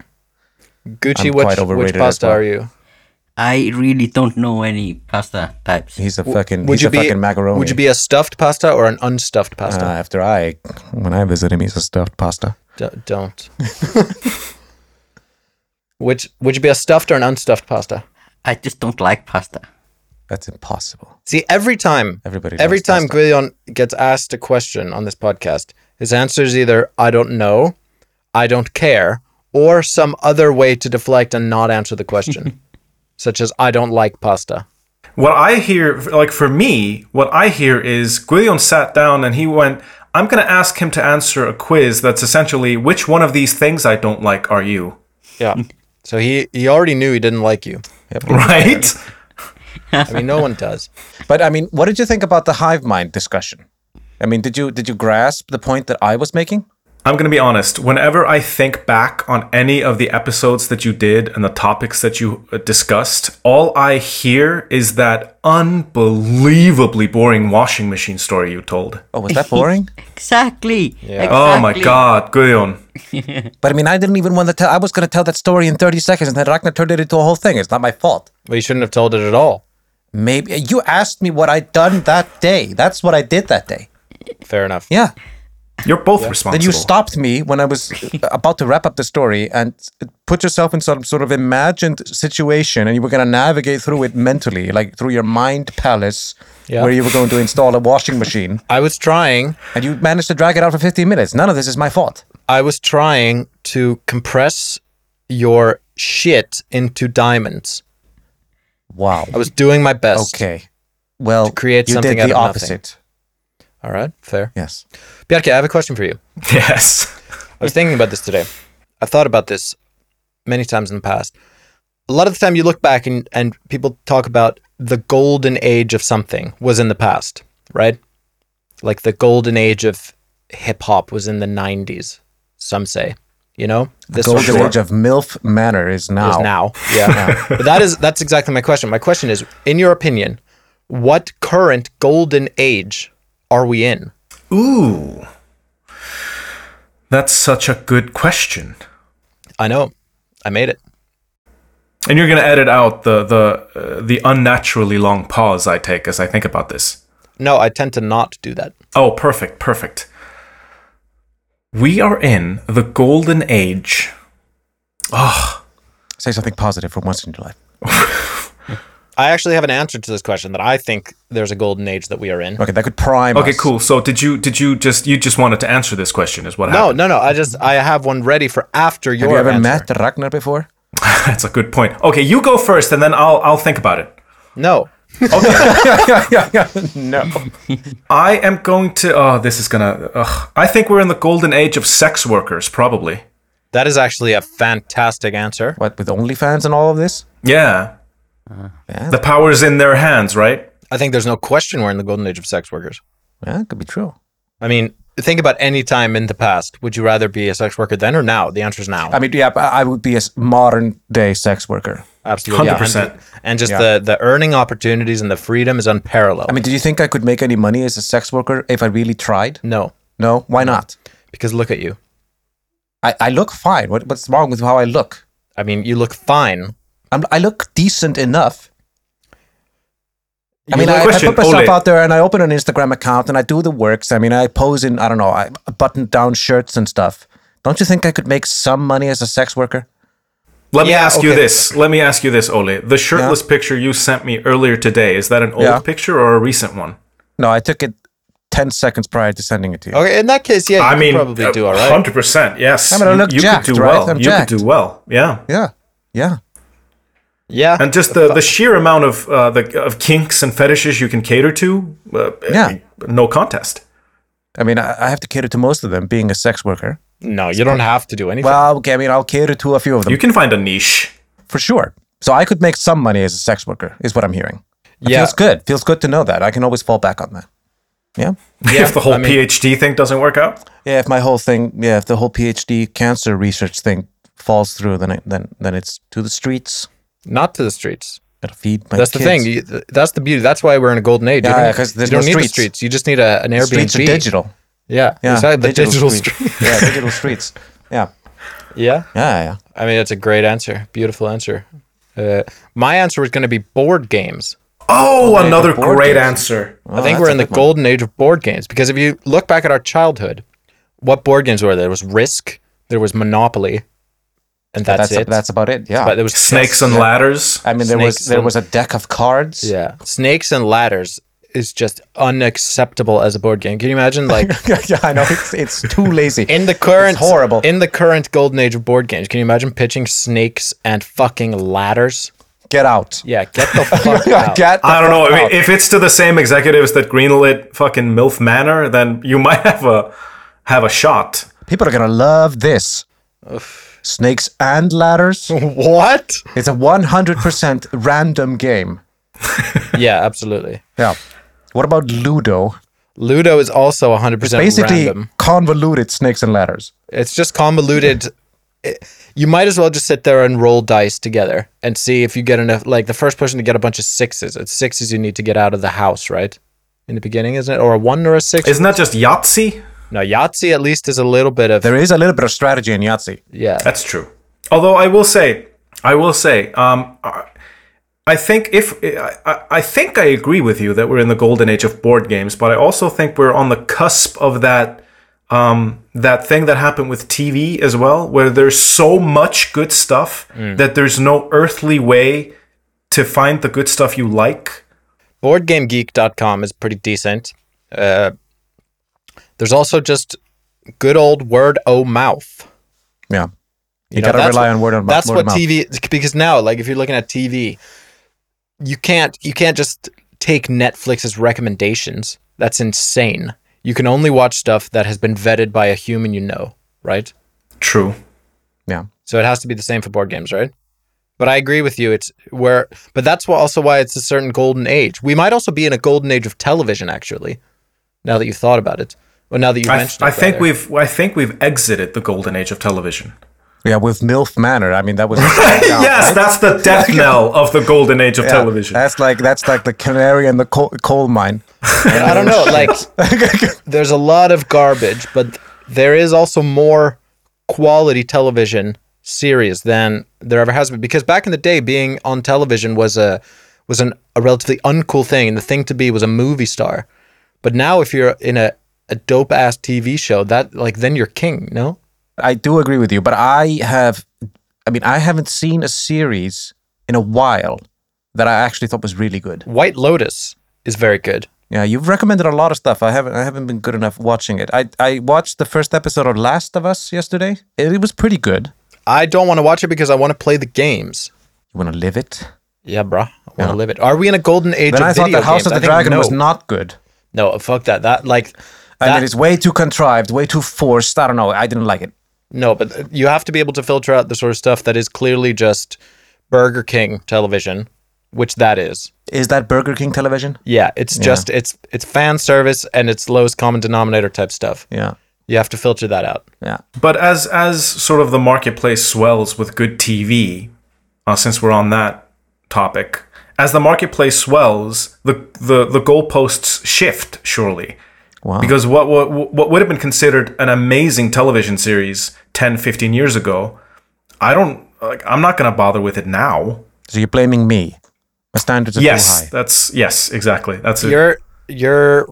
[SPEAKER 1] Gucci,
[SPEAKER 5] I'm quite
[SPEAKER 1] which, which
[SPEAKER 5] overrated as
[SPEAKER 1] pasta
[SPEAKER 5] well.
[SPEAKER 1] are you?
[SPEAKER 3] I really don't know any pasta types.
[SPEAKER 5] He's a fucking.
[SPEAKER 1] Would
[SPEAKER 5] he's
[SPEAKER 1] you
[SPEAKER 5] a
[SPEAKER 1] be
[SPEAKER 5] fucking macaroni.
[SPEAKER 1] Would you be a stuffed pasta or an unstuffed
[SPEAKER 5] Uh,
[SPEAKER 1] pasta?
[SPEAKER 5] after I, when I visit him, he's a stuffed pasta.
[SPEAKER 1] D- don't. [LAUGHS] which would you be a stuffed or an unstuffed pasta?
[SPEAKER 3] I just don't like pasta.
[SPEAKER 5] That's impossible.
[SPEAKER 1] See, every time,
[SPEAKER 5] Everybody.
[SPEAKER 1] every
[SPEAKER 5] loves
[SPEAKER 1] time
[SPEAKER 5] pasta.
[SPEAKER 1] Guillon gets asked a question on this podcast, his answer is either "I don't know," "I don't care," or some other way to deflect and not answer the
[SPEAKER 5] [LAUGHS]
[SPEAKER 1] question, such as "I don't like pasta."
[SPEAKER 4] What I hear, like for me, what I hear is Guillaume sat down and he went, I'm going to ask him to answer a quiz that's essentially, which one of these things I don't like are you? [LAUGHS]
[SPEAKER 5] [LAUGHS]
[SPEAKER 1] Yeah. So he he already knew he didn't like you.
[SPEAKER 4] Right?
[SPEAKER 1] I mean, no one does.
[SPEAKER 5] But I mean, what did you think about the hive mind discussion? I mean, did you did you grasp the point that I was making?
[SPEAKER 4] I'm going to be honest. Whenever I think back on any of the episodes that you did and the topics that you uh, discussed, all I hear is that unbelievably boring washing machine story you told.
[SPEAKER 5] Oh, [LAUGHS] was that boring?
[SPEAKER 3] Exactly. exactly.
[SPEAKER 4] Oh my god, Guillaume.
[SPEAKER 5] but I mean, I didn't even want to tell. I was going to tell that story in thirty seconds, and then Ragnar turned it into a whole thing. It's not my fault.
[SPEAKER 1] Well, you shouldn't have told it at all.
[SPEAKER 5] Maybe you asked me what I'd done that day. That's what I did that day.
[SPEAKER 1] Fair enough.
[SPEAKER 5] Yeah.
[SPEAKER 4] You're both
[SPEAKER 5] Then
[SPEAKER 4] responsible.
[SPEAKER 5] you stopped me when I was uh, about to wrap up the story and put yourself in some sort of imagined situation, and you were going to navigate through it mentally, like through your mind palace,
[SPEAKER 1] Yeah.
[SPEAKER 5] where you were going to install a washing machine,
[SPEAKER 1] I was trying.
[SPEAKER 5] and you managed to drag it out for fifteen minutes. None of this is my fault.
[SPEAKER 1] I was trying to compress your shit into diamonds.
[SPEAKER 5] Wow.
[SPEAKER 1] I was doing my best.
[SPEAKER 5] Okay. Well,
[SPEAKER 1] create
[SPEAKER 5] you
[SPEAKER 1] something
[SPEAKER 5] did
[SPEAKER 1] out
[SPEAKER 5] the
[SPEAKER 1] of nothing.
[SPEAKER 5] opposite.
[SPEAKER 1] All right. Fair.
[SPEAKER 5] Yes.
[SPEAKER 1] Bjarke, I have a question for you.
[SPEAKER 4] [LAUGHS] Yes.
[SPEAKER 1] I was thinking about this today. I thought about this many times in the past. A lot of the time you look back and, and people talk about the golden age of something was in the past, right? Like the golden age of hip hop was in the 90s, some say, you know? This
[SPEAKER 5] Golden
[SPEAKER 1] sort of-
[SPEAKER 5] age of MILF Manor is now.
[SPEAKER 1] is now.
[SPEAKER 5] [LAUGHS]
[SPEAKER 1] Yeah. But that is that's exactly my question. My question is, in your opinion, what current golden age are we in?
[SPEAKER 4] Ooh. That's such a good question.
[SPEAKER 1] I know. I made it.
[SPEAKER 4] And you're going to edit out the the uh, the unnaturally long pause I take as I think about this.
[SPEAKER 1] No, I tend to not do that.
[SPEAKER 4] Oh, perfect, perfect. We are in the golden age.
[SPEAKER 5] Say something positive for once in your life.
[SPEAKER 1] I actually have an answer to this question that I think there's a golden age that we are in.
[SPEAKER 5] Okay, that could prime.
[SPEAKER 4] Okay,
[SPEAKER 5] us.
[SPEAKER 4] cool. So did you did you just you just wanted to answer this question is what
[SPEAKER 1] No,
[SPEAKER 4] happened? [LAUGHS]
[SPEAKER 1] no, no. I just I have one ready for after your
[SPEAKER 5] Have you ever
[SPEAKER 1] answer.
[SPEAKER 5] met Ragnar
[SPEAKER 1] [LAUGHS]
[SPEAKER 5] before?
[SPEAKER 4] That's a good point. Okay, you go first and then I'll I'll think about it.
[SPEAKER 1] No.
[SPEAKER 5] [LAUGHS]
[SPEAKER 1] [LAUGHS]
[SPEAKER 5] no.
[SPEAKER 4] I am going to oh this is going to ugh. I think we're in the golden age of sex workers probably.
[SPEAKER 1] That is actually a fantastic answer.
[SPEAKER 5] What with OnlyFans and all of this?
[SPEAKER 4] Yeah.
[SPEAKER 1] Uh,
[SPEAKER 4] the power's in their hands, right?
[SPEAKER 1] I think there's no question we're in the golden age of sex workers.
[SPEAKER 5] Yeah, it could be true.
[SPEAKER 1] I mean, think about any time in the past. Would you rather be a sex worker then or now? The answer is now.
[SPEAKER 5] I mean, yeah, I I would be a s- modern day sex worker.
[SPEAKER 1] Absolutely, yeah.
[SPEAKER 4] 100%.
[SPEAKER 1] And, and just the the earning opportunities and the freedom is unparalleled.
[SPEAKER 5] I mean, do you think I could make any money as a sex worker if I really tried?
[SPEAKER 1] no,
[SPEAKER 5] No, why not?
[SPEAKER 1] because look at you.
[SPEAKER 5] I, I look fine. What, what's wrong with how I look?
[SPEAKER 1] I mean, you look fine.
[SPEAKER 5] I'm, I look decent enough. I
[SPEAKER 4] You
[SPEAKER 5] mean,
[SPEAKER 4] look-
[SPEAKER 5] I, I
[SPEAKER 4] Question,
[SPEAKER 5] put myself
[SPEAKER 4] Ole.
[SPEAKER 5] out there and I open an Instagram account and I do the works. I mean, I pose in, I don't know, I button down shirts and stuff. Don't you think I could make some money as a sex worker?
[SPEAKER 4] Let me
[SPEAKER 1] Yeah,
[SPEAKER 4] ask you
[SPEAKER 1] okay.
[SPEAKER 4] this. Let me ask you this, Ole. The shirtless picture you sent me earlier today, is that an old
[SPEAKER 5] Yeah.
[SPEAKER 4] picture or a recent one?
[SPEAKER 5] No, I took it 10 seconds prior to sending it to you.
[SPEAKER 4] Oh.
[SPEAKER 1] Okay, in that
[SPEAKER 5] [LAUGHS]
[SPEAKER 1] case, yeah, you
[SPEAKER 4] I
[SPEAKER 1] could
[SPEAKER 4] mean,
[SPEAKER 1] probably
[SPEAKER 5] uh,
[SPEAKER 1] do all right.
[SPEAKER 4] 100%. Yes.
[SPEAKER 5] I mean, I
[SPEAKER 4] You-
[SPEAKER 5] look
[SPEAKER 4] you
[SPEAKER 5] jacked,
[SPEAKER 4] could do
[SPEAKER 5] right?
[SPEAKER 4] well.
[SPEAKER 5] I'm
[SPEAKER 4] you
[SPEAKER 5] jacked.
[SPEAKER 4] could do well. Yeah.
[SPEAKER 5] Yeah. Yeah.
[SPEAKER 1] Yeah,
[SPEAKER 4] And just the, the sheer amount of uh, the of kinks and fetishes you can cater to, uh,
[SPEAKER 5] Yeah.
[SPEAKER 4] no contest.
[SPEAKER 5] I mean, I, I have to cater to most of them being a sex worker.
[SPEAKER 1] no, you don't have to do anything.
[SPEAKER 5] Well, okay, I mean, I'll cater to a few of them
[SPEAKER 4] You can find a niche. [LAUGHS]
[SPEAKER 5] for sure. So I could make some money as a sex worker, is what I'm hearing. It
[SPEAKER 1] Yeah.
[SPEAKER 5] Feels good. Feels good to know that. I can always fall back on that. Yeah.
[SPEAKER 1] Yeah,
[SPEAKER 4] if the whole
[SPEAKER 1] I mean-
[SPEAKER 4] PhD thing doesn't work out,
[SPEAKER 5] Yeah, if my whole thing, yeah, if the whole PhD cancer research thing falls through, then I, then then it's to the streets.
[SPEAKER 1] Not to the streets.
[SPEAKER 5] Gotta feed my
[SPEAKER 1] That's the
[SPEAKER 5] kids.
[SPEAKER 1] thing. You, th- that's the beauty. That's why we're in a golden age. You
[SPEAKER 5] Yeah,
[SPEAKER 1] don't-
[SPEAKER 5] 'cause
[SPEAKER 1] you
[SPEAKER 5] there's
[SPEAKER 1] don't
[SPEAKER 5] no
[SPEAKER 1] need the
[SPEAKER 5] streets.
[SPEAKER 1] streets. You just need a, an Airbnb.
[SPEAKER 5] streets are digital.
[SPEAKER 1] Yeah,
[SPEAKER 5] Yeah,
[SPEAKER 1] exactly. The digital, street. [LAUGHS]
[SPEAKER 5] yeah, digital streets. Yeah,
[SPEAKER 1] yeah,
[SPEAKER 5] yeah, yeah.
[SPEAKER 1] I mean that's a great answer. Beautiful answer. Uh, my answer was going to be board games.
[SPEAKER 4] Oh, another
[SPEAKER 5] board
[SPEAKER 4] great
[SPEAKER 5] games.
[SPEAKER 4] answer.
[SPEAKER 1] I think
[SPEAKER 5] Oh, that's
[SPEAKER 1] we're
[SPEAKER 5] a
[SPEAKER 1] in the
[SPEAKER 5] good one.
[SPEAKER 1] golden age of board games because if you look back at our childhood, what board games were there? There was Risk, there was Monopoly, and that's,
[SPEAKER 5] That's
[SPEAKER 1] it.
[SPEAKER 5] that's about it. Yeah.
[SPEAKER 1] but there was
[SPEAKER 4] Snakes and ladders.
[SPEAKER 5] I mean, there
[SPEAKER 1] Snakes
[SPEAKER 5] was there
[SPEAKER 1] and-
[SPEAKER 5] was a deck of cards.
[SPEAKER 1] Yeah, Snakes and Ladders is just unacceptable as a board game. Can you imagine like
[SPEAKER 5] [LAUGHS] yeah, I know. It's, it's too lazy.
[SPEAKER 1] in the current
[SPEAKER 5] It's horrible.
[SPEAKER 1] in the current golden age of board games? Can you imagine pitching snakes and fucking ladders?
[SPEAKER 5] Get out. [LAUGHS]
[SPEAKER 1] Yeah, get the fuck out.
[SPEAKER 5] Get the
[SPEAKER 4] I don't know.
[SPEAKER 5] fuck
[SPEAKER 4] I mean,
[SPEAKER 5] out.
[SPEAKER 4] if it's to the same executives that greenlit fucking MILF Manor, then you might [LAUGHS] have a have a shot.
[SPEAKER 5] People are gonna love this. Snakes and
[SPEAKER 1] [LAUGHS]
[SPEAKER 5] ladders.
[SPEAKER 1] what?
[SPEAKER 5] It's a 100% random game.
[SPEAKER 1] Yeah, absolutely.
[SPEAKER 5] Yeah. What about Ludo?
[SPEAKER 1] Ludo is also 100%
[SPEAKER 5] Basically,
[SPEAKER 1] random.
[SPEAKER 5] convoluted snakes and ladders.
[SPEAKER 1] It's just convoluted. It- You might as well just sit there and roll dice together and see if you get enough. Like the first person to get a bunch of sixes. It's sixes you need to get out of the house, right? In the beginning, isn't it? Or a one or a six?
[SPEAKER 4] Isn't that just Yahtzee?
[SPEAKER 1] no, Yahtzee at least is a little bit of
[SPEAKER 5] There is a little bit of strategy in Yahtzee.
[SPEAKER 1] yeah.
[SPEAKER 4] That's true. Although I will say, I will say, um, I- I think if I, I- I think I agree with you that we're in the golden age of board games, but I also think we're on the cusp of that um, that thing that happened with TV as well, where there's so much good stuff that there's no earthly way to find the good stuff you like.
[SPEAKER 1] BoardGameGeek.com is pretty decent. Uh, there's also just good old word o mouth.
[SPEAKER 5] Yeah. You,
[SPEAKER 1] know,
[SPEAKER 5] gotta
[SPEAKER 1] that's
[SPEAKER 5] rely
[SPEAKER 1] what-
[SPEAKER 5] on word of mouth.
[SPEAKER 1] That's
[SPEAKER 5] word
[SPEAKER 1] what
[SPEAKER 5] of mouth.
[SPEAKER 1] TV because now like if you're looking at TV, you can't you can't just take Netflix's recommendations. That's insane. You can only watch stuff that has been vetted by a human you know, right?
[SPEAKER 4] True.
[SPEAKER 5] Yeah.
[SPEAKER 1] So it has to be the same for board games, right? But I agree with you. It's where, but that's what also why it's a certain golden age. We might also be in a golden age of television, actually. Now that you've thought about it, well, now that you've
[SPEAKER 4] I,
[SPEAKER 1] mentioned
[SPEAKER 4] I
[SPEAKER 1] it,
[SPEAKER 4] think
[SPEAKER 1] rather.
[SPEAKER 4] we've I think we've exited the golden age of television.
[SPEAKER 5] Yeah, with MILF Manor. I mean, that
[SPEAKER 1] [LAUGHS]
[SPEAKER 5] was. [LAUGHS]
[SPEAKER 4] yes, that's the death knell of the golden age of
[SPEAKER 5] Yeah,
[SPEAKER 4] television.
[SPEAKER 5] That's like that's like the canary in the coal, coal mine.
[SPEAKER 1] I don't
[SPEAKER 5] [LAUGHS]
[SPEAKER 1] know. Like, there's a lot of garbage, but there is also more quality television series than there ever has been. Because back in the day, being on television was a was an, a relatively uncool thing, and the thing to be was a movie star. But now, if you're in a, a dope ass TV show, that like then you're king. No,
[SPEAKER 5] I do agree with you, but I have, I mean, I haven't seen a series in a while that I actually thought was really good.
[SPEAKER 1] White Lotus is very good.
[SPEAKER 5] Yeah, you've recommended a lot of stuff. I haven't, I haven't been good enough watching it. I, I watched the first episode of Last of Us yesterday. It, it was pretty good.
[SPEAKER 1] I don't want to watch it because I want to play the games.
[SPEAKER 5] You want to live it?
[SPEAKER 1] Yeah, bruh. I want to live it. Are we in a golden age
[SPEAKER 5] Then
[SPEAKER 1] of
[SPEAKER 5] I thought
[SPEAKER 1] video
[SPEAKER 5] that House
[SPEAKER 1] games?
[SPEAKER 5] of
[SPEAKER 1] I
[SPEAKER 5] the
[SPEAKER 1] think
[SPEAKER 5] Dragon
[SPEAKER 1] no.
[SPEAKER 5] was not good.
[SPEAKER 1] No, fuck that. That like
[SPEAKER 5] I
[SPEAKER 1] that-
[SPEAKER 5] mean, it's way too contrived, way too forced. I don't know. I didn't like it.
[SPEAKER 1] No, but you have to be able to filter out the sort of stuff that is clearly just Burger King television, which that is.
[SPEAKER 5] Is that Burger King television?
[SPEAKER 1] Yeah, it's just it's it's fan service and it's lowest common denominator type stuff.
[SPEAKER 5] Yeah,
[SPEAKER 1] You have to filter that out.
[SPEAKER 5] yeah.
[SPEAKER 4] But as as sort of the marketplace swells with good TV, uh, since we're on that topic, as the marketplace swells, the the the goalposts shift surely.
[SPEAKER 5] Wow.
[SPEAKER 4] Because what, what what would have been considered an amazing television series 10, 15 years ago, I don't like I'm not going to bother with it now.
[SPEAKER 5] So you're blaming me. My standards are too
[SPEAKER 4] Yes,
[SPEAKER 5] high.
[SPEAKER 4] that's yes, exactly. That's it.
[SPEAKER 1] You're you're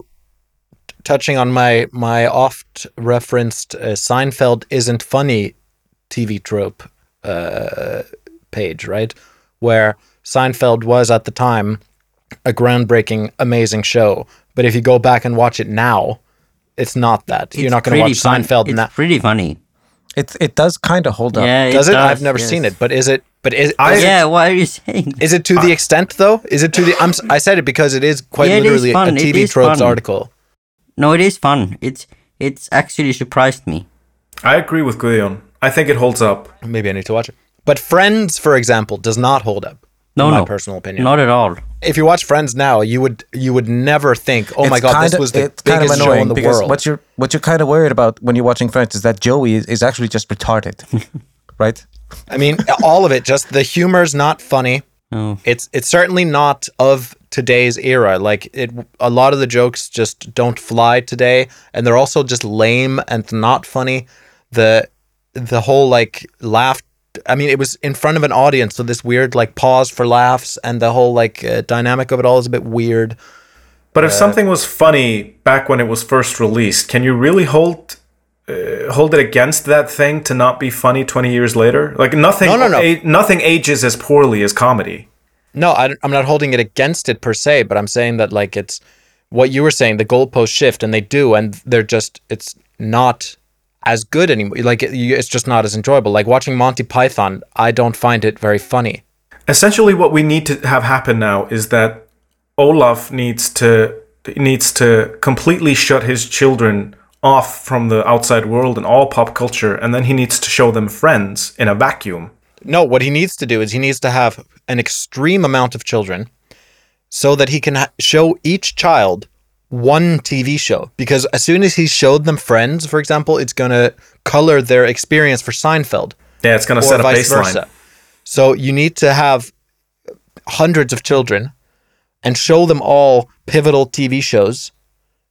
[SPEAKER 1] touching on my my oft referenced uh, Seinfeld isn't funny TV trope uh, page, right? Where Seinfeld was at the time a groundbreaking, amazing show. But if you go back and watch it now, it's not that. You're
[SPEAKER 3] It's
[SPEAKER 1] not going to
[SPEAKER 3] pretty
[SPEAKER 1] watch
[SPEAKER 3] fun-
[SPEAKER 1] Seinfeld
[SPEAKER 3] It's
[SPEAKER 1] now.
[SPEAKER 3] pretty funny.
[SPEAKER 5] It it does kind of hold up.
[SPEAKER 3] Yeah,
[SPEAKER 1] Does it? I've
[SPEAKER 3] does,
[SPEAKER 1] never seen
[SPEAKER 3] yes.
[SPEAKER 1] it. But is it? But is,
[SPEAKER 4] I-
[SPEAKER 1] is it?
[SPEAKER 3] Yeah, why are you saying that?
[SPEAKER 1] Is it to the extent though? Is it to the? I'm, s- I said it because it is quite
[SPEAKER 3] Yeah, it is
[SPEAKER 1] literally a
[SPEAKER 3] fun. It
[SPEAKER 1] TV
[SPEAKER 3] is
[SPEAKER 1] tropes
[SPEAKER 3] fun.
[SPEAKER 1] article.
[SPEAKER 3] No, it is fun. It's it's actually surprised me.
[SPEAKER 4] I agree with Guillaume. I think it holds up.
[SPEAKER 1] Maybe I need to watch it. But Friends, for example, does not hold up.
[SPEAKER 3] No,
[SPEAKER 1] in my
[SPEAKER 3] no.
[SPEAKER 1] personal opinion.
[SPEAKER 3] Not at all.
[SPEAKER 1] if you watch Friends now, you would you would never think, oh my
[SPEAKER 5] It's
[SPEAKER 1] god,
[SPEAKER 5] kinda-
[SPEAKER 1] this was the
[SPEAKER 5] it's
[SPEAKER 1] biggest show in the
[SPEAKER 5] because
[SPEAKER 1] world.
[SPEAKER 5] What you're what you're kind of worried about when you're watching Friends is that Joey is, is actually just retarded, [LAUGHS] right?
[SPEAKER 1] I mean, all of it. Just the humor's not funny.
[SPEAKER 3] Oh.
[SPEAKER 1] It's it's certainly not of today's era. Like it, a lot of the jokes just don't fly today, and they're also just lame and not funny. The the whole like laugh. I mean, it was in front of an audience, so this weird like pause for laughs and the whole like uh, dynamic of it all is a bit weird.
[SPEAKER 4] But
[SPEAKER 1] Uh,
[SPEAKER 4] if something was funny back when it was first released, can you really hold uh, hold it against that thing to not be funny 20 years later? Like nothing
[SPEAKER 1] No, no, no.
[SPEAKER 4] a- nothing ages as poorly as comedy.
[SPEAKER 1] No, I, am not holding it against it per se, but I'm saying that like it's what you were saying, the goalposts shift, and they do, and they're just it's not as good anymore. Like it, you, it's just not as enjoyable. Like watching Monty Python, I don't find it very funny.
[SPEAKER 4] Essentially what we need to have happen now is that Olaf needs to needs to completely shut his children off from the outside world and all pop culture and then he needs to show them friends in a vacuum.
[SPEAKER 1] No, what he needs to do is he needs to have an extreme amount of children so that he can ha- show each child one TV show. Because as soon as he showed them Friends, for example, it's going to color their experience for Seinfeld.
[SPEAKER 4] Yeah, it's going to
[SPEAKER 1] or
[SPEAKER 4] set a
[SPEAKER 1] vice
[SPEAKER 4] baseline.
[SPEAKER 1] versa. So you need to have hundreds of children and show them all pivotal TV shows.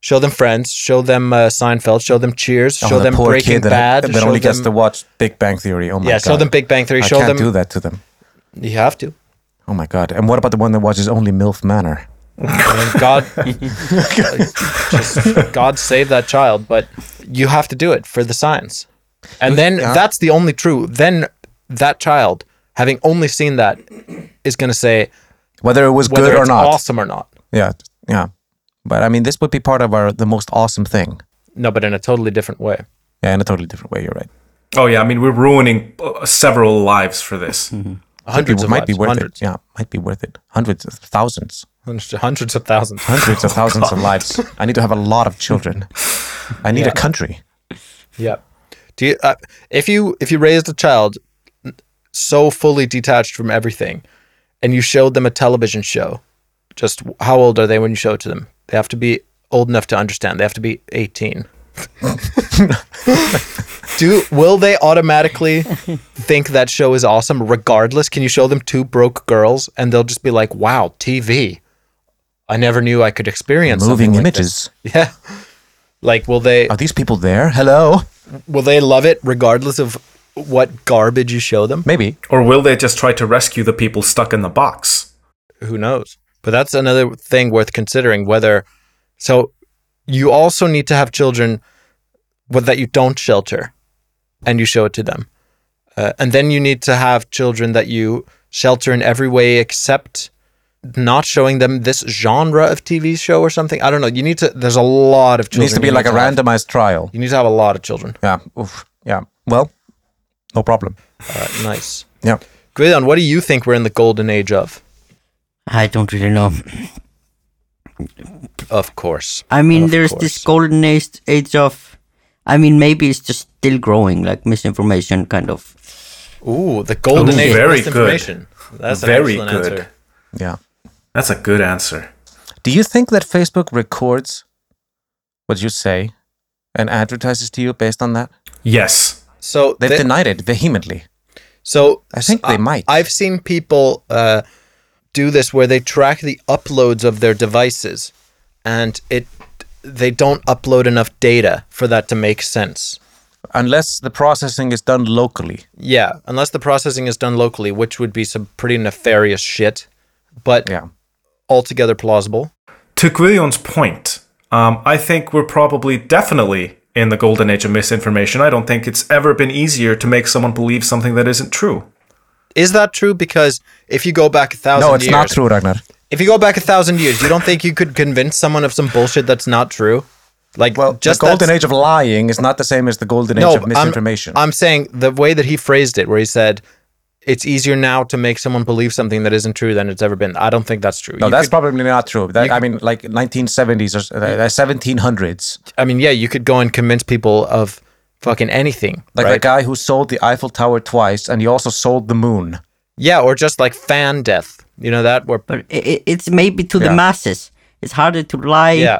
[SPEAKER 1] Show them Friends, show them uh, Seinfeld, show them Cheers,
[SPEAKER 5] Oh,
[SPEAKER 1] show
[SPEAKER 5] the
[SPEAKER 1] them
[SPEAKER 5] poor
[SPEAKER 1] Breaking
[SPEAKER 5] kid
[SPEAKER 1] Bad,
[SPEAKER 5] that, that
[SPEAKER 1] show
[SPEAKER 5] only gets
[SPEAKER 1] them-
[SPEAKER 5] to watch Big Bang Theory. Oh my
[SPEAKER 1] yeah,
[SPEAKER 5] god!
[SPEAKER 1] show them Big Bang Theory,
[SPEAKER 5] I
[SPEAKER 1] show them
[SPEAKER 5] can't do that to them.
[SPEAKER 1] you have to.
[SPEAKER 5] Oh my god! And what about the one that watches only MILF Manor?
[SPEAKER 1] And
[SPEAKER 5] [LAUGHS]
[SPEAKER 1] God, just God save that child, but you have to do it for the science. And then
[SPEAKER 5] Yeah.
[SPEAKER 1] that's the only true. Then that child, having only seen that, is going to say
[SPEAKER 5] Whether it was
[SPEAKER 1] whether
[SPEAKER 5] good or
[SPEAKER 1] it's
[SPEAKER 5] not.
[SPEAKER 1] awesome or not.
[SPEAKER 5] Yeah, yeah. But I mean, this would be part of our the most awesome thing.
[SPEAKER 1] No, but in a totally different way.
[SPEAKER 5] Yeah, in a totally different way. You're right.
[SPEAKER 4] Oh yeah, I mean we're ruining uh, several lives for this.
[SPEAKER 1] Hmm. Hundreds
[SPEAKER 5] it
[SPEAKER 1] of
[SPEAKER 5] might be
[SPEAKER 1] lives,
[SPEAKER 5] worth
[SPEAKER 1] hundreds,
[SPEAKER 5] it. Yeah, might be worth it. Hundreds of thousands,
[SPEAKER 1] hundreds, hundreds of thousands.
[SPEAKER 5] hundreds
[SPEAKER 1] [LAUGHS]
[SPEAKER 5] of thousands of lives. I need to have a lot of children. I need a country.
[SPEAKER 1] yeah. Do you, uh, if you if you raised a child so fully detached from everything, and you showed them a television show, just how old are they when you show it to them? They have to be old enough to understand. They have to be eighteen. [LAUGHS] Do will they automatically think that show is awesome regardless? Can you show them two broke girls and they'll just be like, "Wow, TV! I never knew I could experience
[SPEAKER 5] Moving
[SPEAKER 1] something like this."
[SPEAKER 5] images.
[SPEAKER 1] [LAUGHS] Yeah. Like will they
[SPEAKER 5] Are these people there? Hello.
[SPEAKER 1] will they love it regardless of what garbage you show them?
[SPEAKER 5] Maybe.
[SPEAKER 4] Or will they just try to rescue the people stuck in the box?
[SPEAKER 1] Who knows? But that's another thing worth considering whether so you also need to have children with, that you don't shelter and you show it to them. Uh, and then you need to have children that you shelter in every way except not showing them this genre of TV show or something. I don't know. You need to there's a lot of
[SPEAKER 5] It
[SPEAKER 1] children.
[SPEAKER 5] needs to be
[SPEAKER 1] you
[SPEAKER 5] like a
[SPEAKER 1] have.
[SPEAKER 5] randomized trial.
[SPEAKER 1] You need to have a lot of children.
[SPEAKER 5] Yeah. Oof. Yeah. Well, no problem.
[SPEAKER 1] All right, nice.
[SPEAKER 5] Yeah.
[SPEAKER 1] Gwydion, what do you think we're in the golden age of?
[SPEAKER 3] I don't really know.
[SPEAKER 1] Of course.
[SPEAKER 3] I mean,
[SPEAKER 1] Of
[SPEAKER 3] there's this golden age, age of. I mean, maybe it's just still growing, like misinformation, kind of.
[SPEAKER 1] Ooh, the golden
[SPEAKER 4] Ooh,
[SPEAKER 1] age
[SPEAKER 4] very
[SPEAKER 1] of misinformation. That's an
[SPEAKER 4] Very
[SPEAKER 1] excellent
[SPEAKER 4] good.
[SPEAKER 1] answer.
[SPEAKER 5] Yeah.
[SPEAKER 4] That's a good answer.
[SPEAKER 5] Do you think that Facebook records what you say and advertises to you based on that?
[SPEAKER 4] Yes.
[SPEAKER 1] So,
[SPEAKER 5] They've
[SPEAKER 1] they-
[SPEAKER 5] denied it vehemently.
[SPEAKER 1] so
[SPEAKER 5] I think they might.
[SPEAKER 1] I've seen people uh, do this where they track the uploads of their devices, and it they don't upload enough data for that to make sense.
[SPEAKER 5] Unless the processing is done locally.
[SPEAKER 1] Yeah, unless the processing is done locally, which would be some pretty nefarious shit, but
[SPEAKER 5] Yeah.
[SPEAKER 1] altogether plausible.
[SPEAKER 4] To Quillion's point, um, I think we're probably definitely in the golden age of misinformation. I don't think it's ever been easier to make someone believe something that isn't true.
[SPEAKER 1] Is that true? Because if you go back a thousand
[SPEAKER 5] No, it's
[SPEAKER 1] years,
[SPEAKER 5] not true, Ragnar.
[SPEAKER 1] If you go back a thousand years, you don't think you could convince someone of some bullshit that's not true? Like,
[SPEAKER 5] Well,
[SPEAKER 1] just
[SPEAKER 5] the golden
[SPEAKER 1] that's-
[SPEAKER 5] age of lying is not the same as the golden age
[SPEAKER 1] No,
[SPEAKER 5] of
[SPEAKER 1] but I'm-
[SPEAKER 5] misinformation.
[SPEAKER 1] I'm, saying the way that he phrased it, where he said, "It's easier now to make someone believe something that isn't true than it's ever been." I don't think that's true.
[SPEAKER 5] no,
[SPEAKER 1] You
[SPEAKER 5] that's
[SPEAKER 1] could-
[SPEAKER 5] probably not true. That, I mean, like 1970s or uh, 1700s.
[SPEAKER 1] I mean, yeah, you could go and convince people of fucking anything,
[SPEAKER 5] Like
[SPEAKER 1] right?
[SPEAKER 5] the guy who sold the Eiffel Tower twice, and he also sold the moon.
[SPEAKER 1] yeah, or just like fan death. You know that? Where
[SPEAKER 3] But i i- it's maybe to the
[SPEAKER 5] Yeah.
[SPEAKER 3] masses. It's harder to lie
[SPEAKER 1] yeah,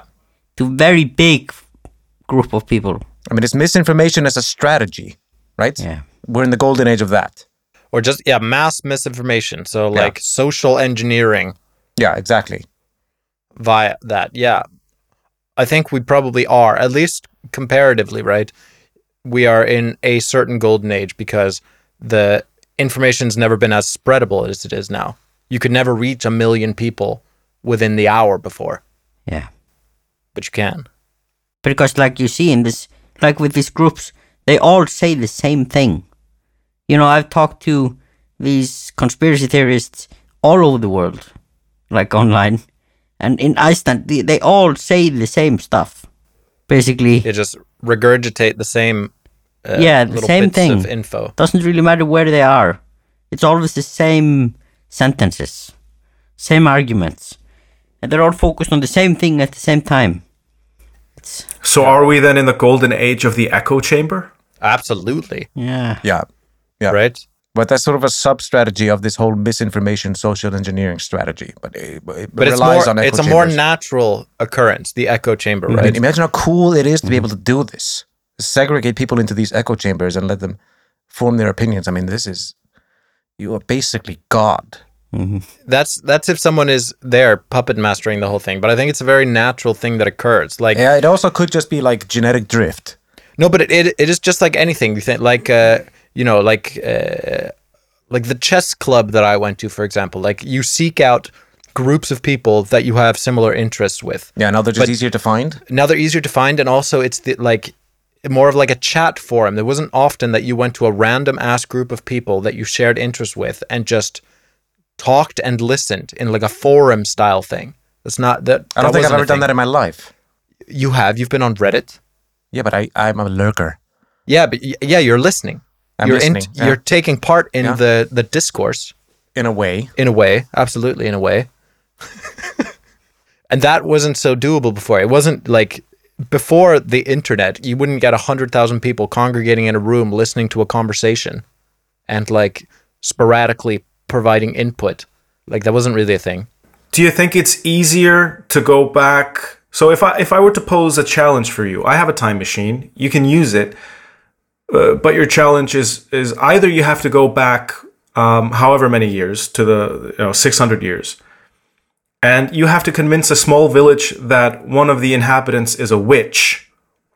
[SPEAKER 3] to very big group of people.
[SPEAKER 5] I mean, it's misinformation as a strategy, right?
[SPEAKER 3] Yeah.
[SPEAKER 5] We're in the golden age of that.
[SPEAKER 1] or just yeah, mass misinformation. So like social engineering
[SPEAKER 5] Yeah, exactly.
[SPEAKER 1] via that. Yeah. I think we probably are, at least comparatively, right? We are in a certain golden age because the information's never been as spreadable as it is now. You could never reach a million people within the hour before,
[SPEAKER 3] Yeah.
[SPEAKER 1] but you can.
[SPEAKER 3] because like you see in this like with these groups they all say the same thing you know i've talked to these conspiracy theorists all over the world like online and in iceland they, they all say the same stuff basically
[SPEAKER 1] They just regurgitate the same uh,
[SPEAKER 3] Yeah, the
[SPEAKER 1] little
[SPEAKER 3] same
[SPEAKER 1] bits
[SPEAKER 3] thing.
[SPEAKER 1] of info.
[SPEAKER 3] doesn't really matter where they are it's always the same sentences same arguments and they're all focused on the same thing at the same time it's
[SPEAKER 4] So are we then in the golden age of the echo chamber?
[SPEAKER 1] Absolutely.
[SPEAKER 3] yeah
[SPEAKER 5] Yeah. Yeah.
[SPEAKER 1] Right?
[SPEAKER 5] But that's sort of a sub strategy of this whole misinformation social engineering strategy. But it, it
[SPEAKER 1] But it's
[SPEAKER 5] relies
[SPEAKER 1] more
[SPEAKER 5] on echo
[SPEAKER 1] it's a more
[SPEAKER 5] chambers.
[SPEAKER 1] natural occurrence, the echo chamber,
[SPEAKER 3] Mm-hmm.
[SPEAKER 5] I mean,
[SPEAKER 1] right?
[SPEAKER 5] imagine how cool it is to be
[SPEAKER 1] Mm-hmm.
[SPEAKER 5] able to do this. Segregate people into these echo chambers and let them form their opinions. I mean, this is you are basically God.
[SPEAKER 1] that's that's if someone is there puppet mastering the whole thing but i think it's a very natural thing that occurs like
[SPEAKER 5] Yeah, it also could just be like genetic drift.
[SPEAKER 1] no but it, it, it is just like anything you think like uh you know like uh like the chess club that i went to for example like you seek out groups of people that you have similar interests with
[SPEAKER 5] Yeah, now they're just
[SPEAKER 1] But-
[SPEAKER 5] easier to find.
[SPEAKER 1] now they're easier to find and also it's the, like more of like a chat forum there wasn't often that you went to a random ass group of people that you shared interest with and just talked and listened in like a forum style thing that's not that
[SPEAKER 5] I don't think I've ever done that in my life.
[SPEAKER 1] you have you've been on reddit
[SPEAKER 5] Yeah, but I, I'm a lurker.
[SPEAKER 1] yeah but y- yeah you're listening
[SPEAKER 5] I'm
[SPEAKER 1] you're
[SPEAKER 5] listening, yeah.
[SPEAKER 1] you're taking part in
[SPEAKER 5] Yeah.
[SPEAKER 1] the the discourse
[SPEAKER 5] In a way.
[SPEAKER 1] in a way absolutely in a way and that wasn't so doable before it wasn't like before the internet you wouldn't get 100000 people congregating in a room listening to a conversation and like sporadically providing input like that wasn't really a thing
[SPEAKER 4] Do you think it's easier to go back? So if I if I were to pose a challenge for you, I have a time machine. You can use it, uh, but your challenge is is either you have to go back um, however many years to the you know, 600 years, and you have to convince a small village that one of the inhabitants is a witch,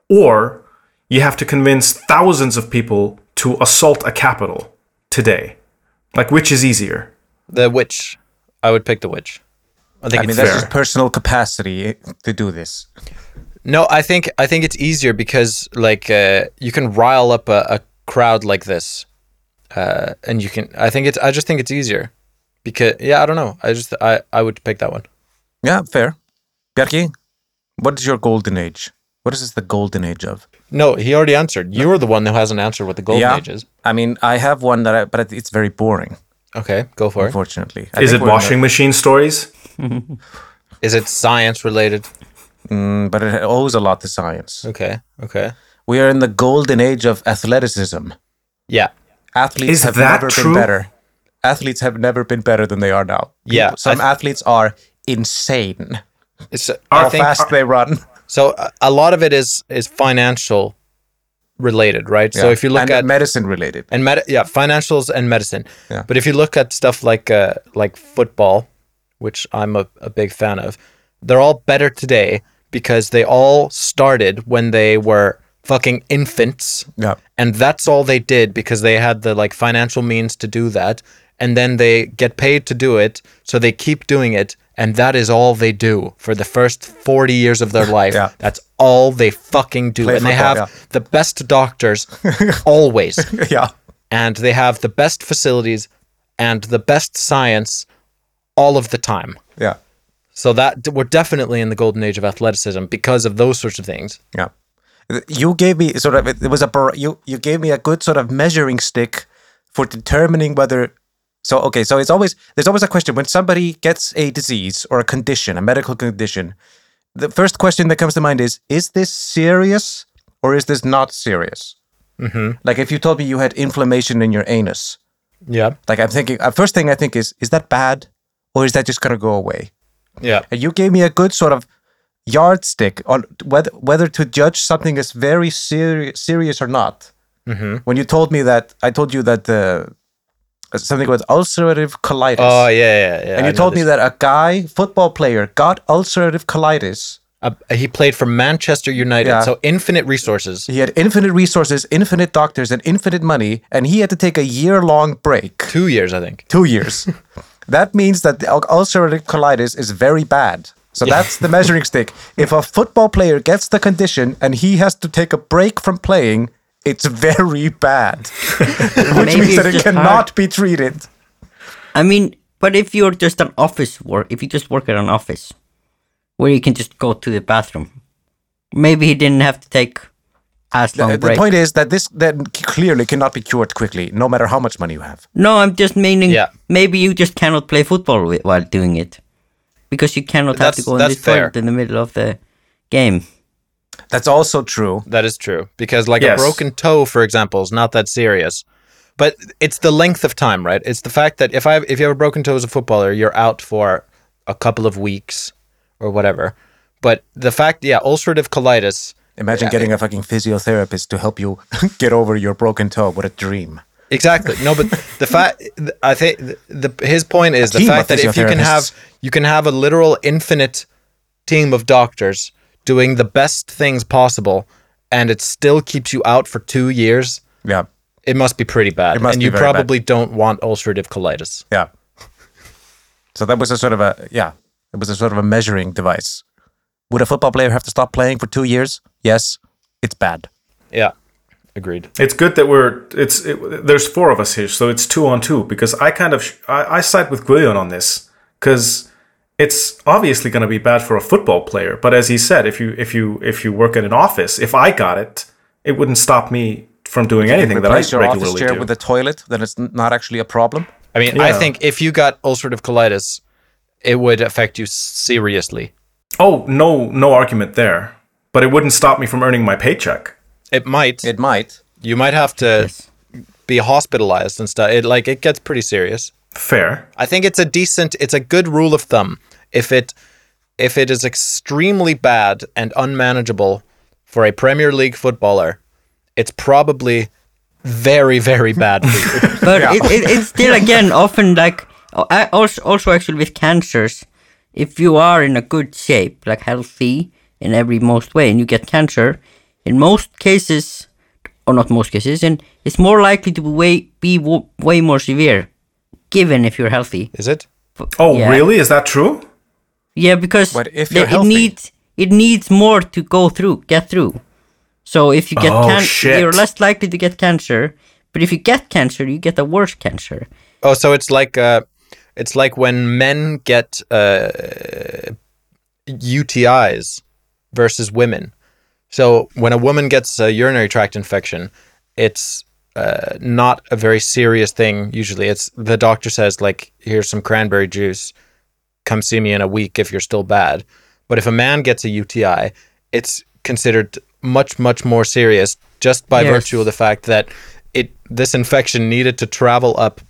[SPEAKER 4] or you have to convince thousands of people to assault a capital today. Like which is easier?
[SPEAKER 1] the witch i would pick the witch i think
[SPEAKER 5] I mean,
[SPEAKER 1] it's
[SPEAKER 5] that's
[SPEAKER 1] fair.
[SPEAKER 5] just personal capacity eh, to do this.
[SPEAKER 1] No, I think I think it's easier because like uh, you can rile up a, a crowd like this, uh, and you can. I think it's. I just think it's easier because yeah, I don't know. I just I I would pick that one.
[SPEAKER 5] Yeah, fair. Bjarki, what is your golden age? What is this the golden age of?
[SPEAKER 1] No, he already answered. You're the one who hasn't answered what the golden age is.
[SPEAKER 5] I mean, I have one that I, but it- it's very boring,
[SPEAKER 1] Okay, go for it.
[SPEAKER 5] unfortunately. I
[SPEAKER 4] Is
[SPEAKER 5] think
[SPEAKER 4] it
[SPEAKER 5] we're gonna-
[SPEAKER 4] washing machine stories?
[SPEAKER 1] Is it science related?
[SPEAKER 5] Mm, but it owes a lot to science.
[SPEAKER 1] Okay, okay.
[SPEAKER 5] We are in the golden age of athleticism.
[SPEAKER 1] Yeah,
[SPEAKER 5] Athletes
[SPEAKER 4] Is
[SPEAKER 5] have
[SPEAKER 4] that
[SPEAKER 5] never
[SPEAKER 4] true?
[SPEAKER 5] been better. Athletes have never been better than they are now.
[SPEAKER 1] Yeah,
[SPEAKER 5] People- some
[SPEAKER 1] I th-
[SPEAKER 5] athletes are insane.
[SPEAKER 1] it's. I
[SPEAKER 5] How
[SPEAKER 1] think
[SPEAKER 5] fast they run.
[SPEAKER 1] so. a- A lot of it is is financial related, right? So
[SPEAKER 5] Yeah.
[SPEAKER 1] if you look
[SPEAKER 5] And
[SPEAKER 1] at
[SPEAKER 5] medicine related,
[SPEAKER 1] and med- yeah, financials and medicine.
[SPEAKER 5] Yeah.
[SPEAKER 1] But if you look at stuff like uh, like football, which I'm a, a big fan of, they're all better today because they all started when they were fucking infants.
[SPEAKER 5] Yeah. [LAUGHS]
[SPEAKER 1] And that's all they did because they had the like financial means to do that. And then they get paid to do it, so they keep doing it, and that is all they do for the first 40 years of
[SPEAKER 5] [LAUGHS]
[SPEAKER 1] their life.
[SPEAKER 5] Yeah.
[SPEAKER 1] That's all they fucking do.
[SPEAKER 5] Play
[SPEAKER 1] and they have
[SPEAKER 5] football,
[SPEAKER 1] the best
[SPEAKER 5] [LAUGHS]
[SPEAKER 1] doctors always
[SPEAKER 5] yeah,
[SPEAKER 1] and they have the best facilities and the best science all of the time.
[SPEAKER 5] yeah,
[SPEAKER 1] So that we're definitely in the golden age of athleticism because of those sorts of things.
[SPEAKER 5] yeah. You gave me sort of it was a bar- you you gave me a good sort of measuring stick for determining whether. So okay, so it's always there's always a question when somebody gets a disease or a condition, a medical condition. The first question that comes to mind is: Is this serious or is this not serious? Mm-hmm. Like if you told me you had inflammation in your anus,
[SPEAKER 1] Yeah.
[SPEAKER 5] like I'm thinking, uh, first thing I think is: Is that bad or is that just gonna go away?
[SPEAKER 1] Yeah.
[SPEAKER 5] And you gave me a good sort of yardstick on whether whether to judge something as very
[SPEAKER 1] Mm-hmm.
[SPEAKER 5] seri- serious or not. When you told me that, I told you that the uh, something with ulcerative colitis.
[SPEAKER 1] Oh yeah, yeah. yeah
[SPEAKER 5] and
[SPEAKER 1] I
[SPEAKER 5] you
[SPEAKER 1] know
[SPEAKER 5] told me
[SPEAKER 1] this.
[SPEAKER 5] that a guy, football player, got ulcerative colitis.
[SPEAKER 1] Uh, he played for Manchester United,
[SPEAKER 5] Yeah.
[SPEAKER 1] so infinite resources.
[SPEAKER 5] He had infinite resources, infinite doctors, and infinite money, and he had to take a year long break.
[SPEAKER 1] Two years, I think.
[SPEAKER 5] Two
[SPEAKER 3] [LAUGHS]
[SPEAKER 5] years. that means that the ul- ulcerative colitis is very bad. So that's the
[SPEAKER 3] [LAUGHS]
[SPEAKER 5] measuring stick. If a football player gets the condition and he has to take a break from playing, it's
[SPEAKER 3] [LAUGHS]
[SPEAKER 5] very bad, which
[SPEAKER 3] Maybe
[SPEAKER 5] means that
[SPEAKER 3] it's
[SPEAKER 5] it
[SPEAKER 3] just
[SPEAKER 5] cannot be treated.
[SPEAKER 3] I mean, but if you're just an office work, if you just work at an office where you can just go to the bathroom, maybe he didn't have to take as long
[SPEAKER 5] The, the
[SPEAKER 3] break.
[SPEAKER 5] point is that this then c- clearly cannot be cured quickly, no matter how much money you have.
[SPEAKER 3] no, I'm just meaning
[SPEAKER 1] Yeah.
[SPEAKER 3] maybe you just cannot play football wi- while doing it because you cannot have to
[SPEAKER 1] That's-
[SPEAKER 3] go in
[SPEAKER 1] that's
[SPEAKER 3] this toilet
[SPEAKER 1] fair.
[SPEAKER 3] in the middle of the game.
[SPEAKER 5] That's also true.
[SPEAKER 1] That is true because, like
[SPEAKER 4] Yes.
[SPEAKER 1] a broken toe, for example, is not that serious. But it's the length of time, right? It's the fact that if I if you have a broken toe as a footballer, you're out for a couple of weeks or whatever. But the fact, yeah, ulcerative colitis.
[SPEAKER 5] Imagine getting a fucking physiotherapist to help you [LAUGHS] get over your broken toe. What a dream.
[SPEAKER 1] Exactly. No, but the fact I think the, the his point is the
[SPEAKER 5] team
[SPEAKER 1] fact
[SPEAKER 5] of
[SPEAKER 1] that if you can have
[SPEAKER 5] physiotherapists.
[SPEAKER 1] you can have a literal infinite team of doctors doing the best things possible, and it still keeps you out for two years.
[SPEAKER 5] Yeah.
[SPEAKER 1] It must be pretty bad,
[SPEAKER 5] It must
[SPEAKER 1] and
[SPEAKER 5] be
[SPEAKER 1] you
[SPEAKER 5] very bad.
[SPEAKER 1] probably don't want ulcerative colitis.
[SPEAKER 5] Yeah. So that was a sort of a yeah, it was a sort of a measuring device. Would a football player have to stop playing for two years? Yes, it's bad.
[SPEAKER 1] Yeah, agreed.
[SPEAKER 4] It's good that we're it's it, there's four of us here, so it's two on two because I kind of sh- I, I side with Guillon on this because it's obviously going to be bad for a football player. But as he said, if you if you if you work in an office, if I got it, it wouldn't stop me from doing anything that I
[SPEAKER 5] Replace your office
[SPEAKER 4] regularly
[SPEAKER 5] chair
[SPEAKER 4] do.
[SPEAKER 5] with a toilet, then it's n- not actually a problem.
[SPEAKER 1] I mean, I
[SPEAKER 4] Yeah.
[SPEAKER 1] think if you got ulcerative colitis, it would affect you seriously.
[SPEAKER 4] oh no, no argument there. But it wouldn't stop me from earning my paycheck.
[SPEAKER 1] It might.
[SPEAKER 5] It might.
[SPEAKER 1] you might have to be hospitalized and stuff. It like it gets pretty serious.
[SPEAKER 4] Fair.
[SPEAKER 1] I think it's a decent, it's a good rule of thumb. If it if it is extremely bad and unmanageable for a Premier League footballer, it's probably very very bad
[SPEAKER 5] [LAUGHS]
[SPEAKER 1] for you.
[SPEAKER 3] But it, it, it's still again often like oh, I also also actually with cancers, if you are in a good shape, like healthy in every most way, and you get cancer, in most cases, or not most cases, and it's more likely to be way be w- way more severe, given if you're healthy.
[SPEAKER 1] Is it?
[SPEAKER 4] Oh
[SPEAKER 3] Yeah.
[SPEAKER 4] really? Is that true?
[SPEAKER 3] Yeah, because
[SPEAKER 5] But if
[SPEAKER 3] the-
[SPEAKER 5] you're
[SPEAKER 3] it
[SPEAKER 5] healthy-
[SPEAKER 3] needs it needs more to go through, get through. So if you get
[SPEAKER 4] Oh,
[SPEAKER 3] cancer,
[SPEAKER 4] shit.
[SPEAKER 3] you're less likely to get cancer. But if you get cancer, you get a worse cancer.
[SPEAKER 1] Oh, so it's like uh it's like when men get uh UTIs versus women. So when a woman gets a urinary tract infection, it's uh, not a very serious thing usually. It's the doctor says like, "Here's some cranberry juice. Come see me in a week if you're still bad." But if a man gets a UTI, it's considered much much more serious just by
[SPEAKER 3] Yes.
[SPEAKER 1] virtue of the fact that it this infection needed to travel up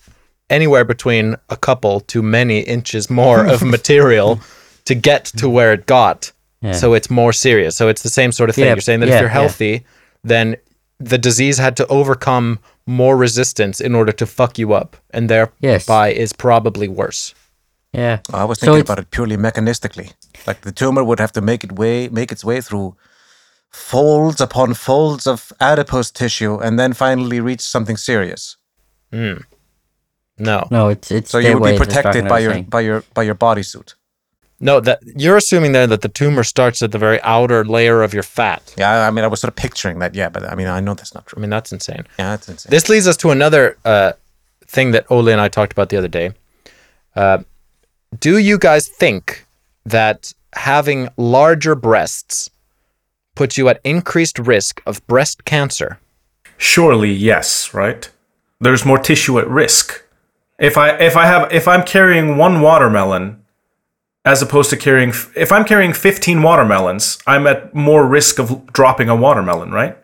[SPEAKER 1] anywhere between a couple to many inches more of material to get to where it got. So it's more serious. So it's the same sort of thing.
[SPEAKER 3] Yeah,
[SPEAKER 1] You're saying that
[SPEAKER 3] yeah,
[SPEAKER 1] if you're
[SPEAKER 3] yeah.
[SPEAKER 1] healthy, then the disease had to overcome more resistance in order to fuck you up, and thereby
[SPEAKER 3] Yes.
[SPEAKER 1] is probably worse.
[SPEAKER 3] Yeah.
[SPEAKER 5] I was
[SPEAKER 3] So
[SPEAKER 5] thinking
[SPEAKER 3] it's-
[SPEAKER 5] about it purely mechanistically. Like the tumor would have to make it way make its way through folds upon folds of adipose tissue and then finally reach something serious.
[SPEAKER 1] No, no,
[SPEAKER 3] No, it's it's.
[SPEAKER 5] So
[SPEAKER 3] the
[SPEAKER 5] you would
[SPEAKER 3] way
[SPEAKER 5] be
[SPEAKER 3] the
[SPEAKER 5] protected
[SPEAKER 3] doctor
[SPEAKER 5] by
[SPEAKER 3] is
[SPEAKER 5] your
[SPEAKER 3] saying.
[SPEAKER 5] by your by your bodysuit.
[SPEAKER 1] That you're assuming there that the tumor starts at the very outer layer of your fat.
[SPEAKER 5] Yeah, I- I mean I was sort of picturing that, yeah, but I mean I know that's not
[SPEAKER 1] I
[SPEAKER 5] true.
[SPEAKER 1] mean, that's insane.
[SPEAKER 5] Yeah, that's insane.
[SPEAKER 1] This leads us to another uh, thing that Ole and I talked about the other day. Uh, do you guys think that having larger breasts puts you at increased risk of breast cancer?
[SPEAKER 4] Surely yes, right? There's more tissue at risk. If I if I have if I'm carrying one watermelon as opposed to carrying f- if I'm carrying 15 watermelons, I'm at more risk of l- dropping a watermelon, right?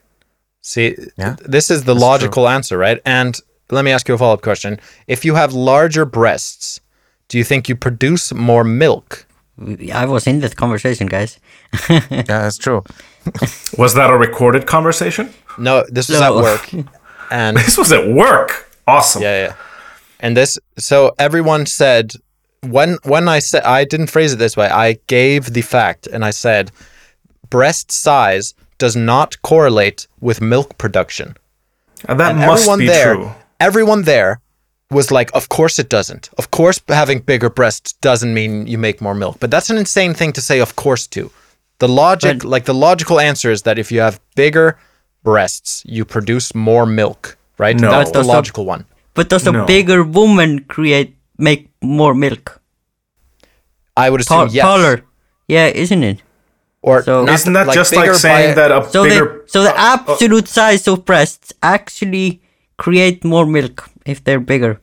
[SPEAKER 1] See,
[SPEAKER 5] Yeah,
[SPEAKER 1] this is the logical answer, right? And let me ask you a follow up question. If you have larger breasts, do you think you produce more milk?
[SPEAKER 3] I was in that conversation, guys.
[SPEAKER 5] Yeah, that's true.
[SPEAKER 4] Was that a recorded conversation?
[SPEAKER 1] No, this was [LAUGHS]
[SPEAKER 3] No.
[SPEAKER 1] at work. And
[SPEAKER 4] This was at work. Awesome.
[SPEAKER 1] yeah, yeah. And this, so everyone said when when I said I didn't phrase it this way. I gave the fact, and I said breast size does not correlate with milk production.
[SPEAKER 4] And that
[SPEAKER 1] And
[SPEAKER 4] must
[SPEAKER 1] everyone
[SPEAKER 4] be
[SPEAKER 1] there,
[SPEAKER 4] true.
[SPEAKER 1] everyone there was like, of course it doesn't. Of course, having bigger breasts doesn't mean you make more milk. But that's an insane thing to say. Of course, to the logic,
[SPEAKER 3] But-
[SPEAKER 1] like the logical answer is that if you have bigger breasts, you produce more milk, right?
[SPEAKER 4] No.
[SPEAKER 1] that's
[SPEAKER 4] But
[SPEAKER 1] the
[SPEAKER 3] does that-
[SPEAKER 1] logical one.
[SPEAKER 3] But does a
[SPEAKER 4] No.
[SPEAKER 3] bigger woman create make more milk?
[SPEAKER 1] I would
[SPEAKER 3] Ta-
[SPEAKER 1] assume yes.
[SPEAKER 3] Taller. Yeah, isn't it?
[SPEAKER 1] Or
[SPEAKER 3] So-
[SPEAKER 1] not,
[SPEAKER 4] Isn't that just like
[SPEAKER 1] bigger
[SPEAKER 4] saying
[SPEAKER 1] by-
[SPEAKER 4] that a
[SPEAKER 3] So
[SPEAKER 4] bigger
[SPEAKER 3] the so the
[SPEAKER 4] uh, uh,
[SPEAKER 3] absolute size of breasts actually create more milk if they're bigger.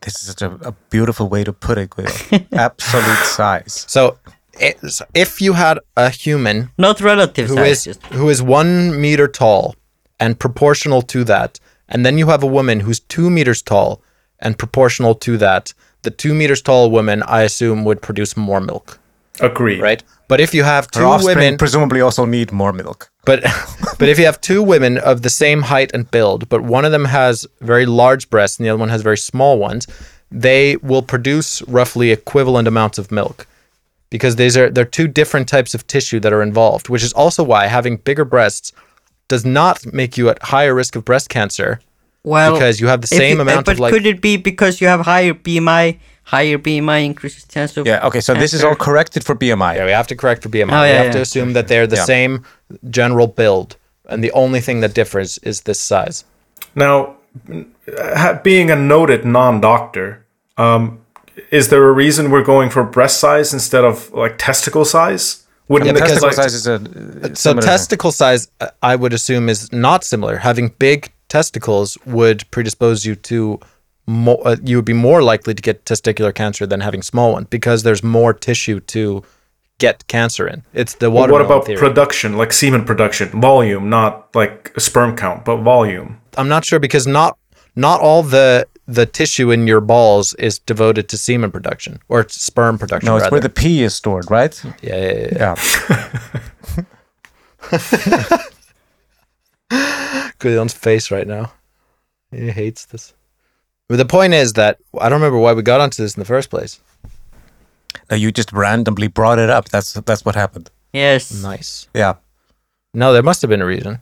[SPEAKER 5] This is such a, a beautiful way to put it, Will.
[SPEAKER 1] [LAUGHS]
[SPEAKER 5] Absolute size.
[SPEAKER 1] So, it's- if you had a human
[SPEAKER 3] Not relative
[SPEAKER 1] who
[SPEAKER 3] size.
[SPEAKER 1] is
[SPEAKER 3] Just,
[SPEAKER 1] who is one meter tall and proportional to that, and then you have a woman who's two meters tall and proportional to that. The two meters tall woman, I assume, would produce more milk,
[SPEAKER 4] agree?
[SPEAKER 1] right? But if you have
[SPEAKER 5] Her
[SPEAKER 1] two
[SPEAKER 5] offspring
[SPEAKER 1] women,
[SPEAKER 5] presumably also need more milk.
[SPEAKER 1] but [LAUGHS] but if you have two women of the same height and build, but one of them has very large breasts and the other one has very small ones, they will produce roughly equivalent amounts of milk because these are they're two different types of tissue that are involved, which is also why having bigger breasts does not make you at higher risk of breast cancer.
[SPEAKER 3] well,
[SPEAKER 1] because you have the
[SPEAKER 3] if
[SPEAKER 1] same
[SPEAKER 3] you-
[SPEAKER 1] amount
[SPEAKER 3] but
[SPEAKER 1] of, like-
[SPEAKER 3] could it be because you have higher BMI? Higher BMI increases chance of.
[SPEAKER 5] Yeah, okay, so this is all
[SPEAKER 3] cancer?
[SPEAKER 5] corrected for BMI.
[SPEAKER 1] Yeah, we have to correct for BMI.
[SPEAKER 3] Oh,
[SPEAKER 1] we
[SPEAKER 3] yeah,
[SPEAKER 1] have
[SPEAKER 3] yeah.
[SPEAKER 1] to assume that they're the
[SPEAKER 5] Yeah.
[SPEAKER 1] same general build, and the only thing that differs is this size.
[SPEAKER 4] Now, ha- being a noted non-doctor, um, is there a reason we're going for breast size instead of like testicle size? Wouldn't
[SPEAKER 5] Yeah,
[SPEAKER 4] it,
[SPEAKER 5] testicle
[SPEAKER 4] like-
[SPEAKER 5] size is a uh,
[SPEAKER 1] So
[SPEAKER 5] similar-
[SPEAKER 1] testicle size, uh, I would assume, is not similar. Having big testicles would predispose you to more. Uh, you would be more likely to get testicular cancer than having small one because there's more tissue to get cancer in. It's the
[SPEAKER 4] But
[SPEAKER 1] watermelon
[SPEAKER 4] what about
[SPEAKER 1] theory.
[SPEAKER 4] production, like semen production, volume, not like sperm count, but volume?
[SPEAKER 1] I'm not sure because not not all the the tissue in your balls is devoted to semen production or sperm production.
[SPEAKER 5] No, it's
[SPEAKER 1] rather.
[SPEAKER 5] where the pee is stored, right?
[SPEAKER 1] yeah, yeah, yeah, yeah.
[SPEAKER 5] Yeah.
[SPEAKER 1] Guillaume's face right now. He hates this. But the point is that I don't remember why we got onto this in the first place.
[SPEAKER 5] No, you just randomly brought it up. That's that's what happened.
[SPEAKER 3] Yes.
[SPEAKER 1] Nice.
[SPEAKER 5] Yeah.
[SPEAKER 1] No, there must have been a reason.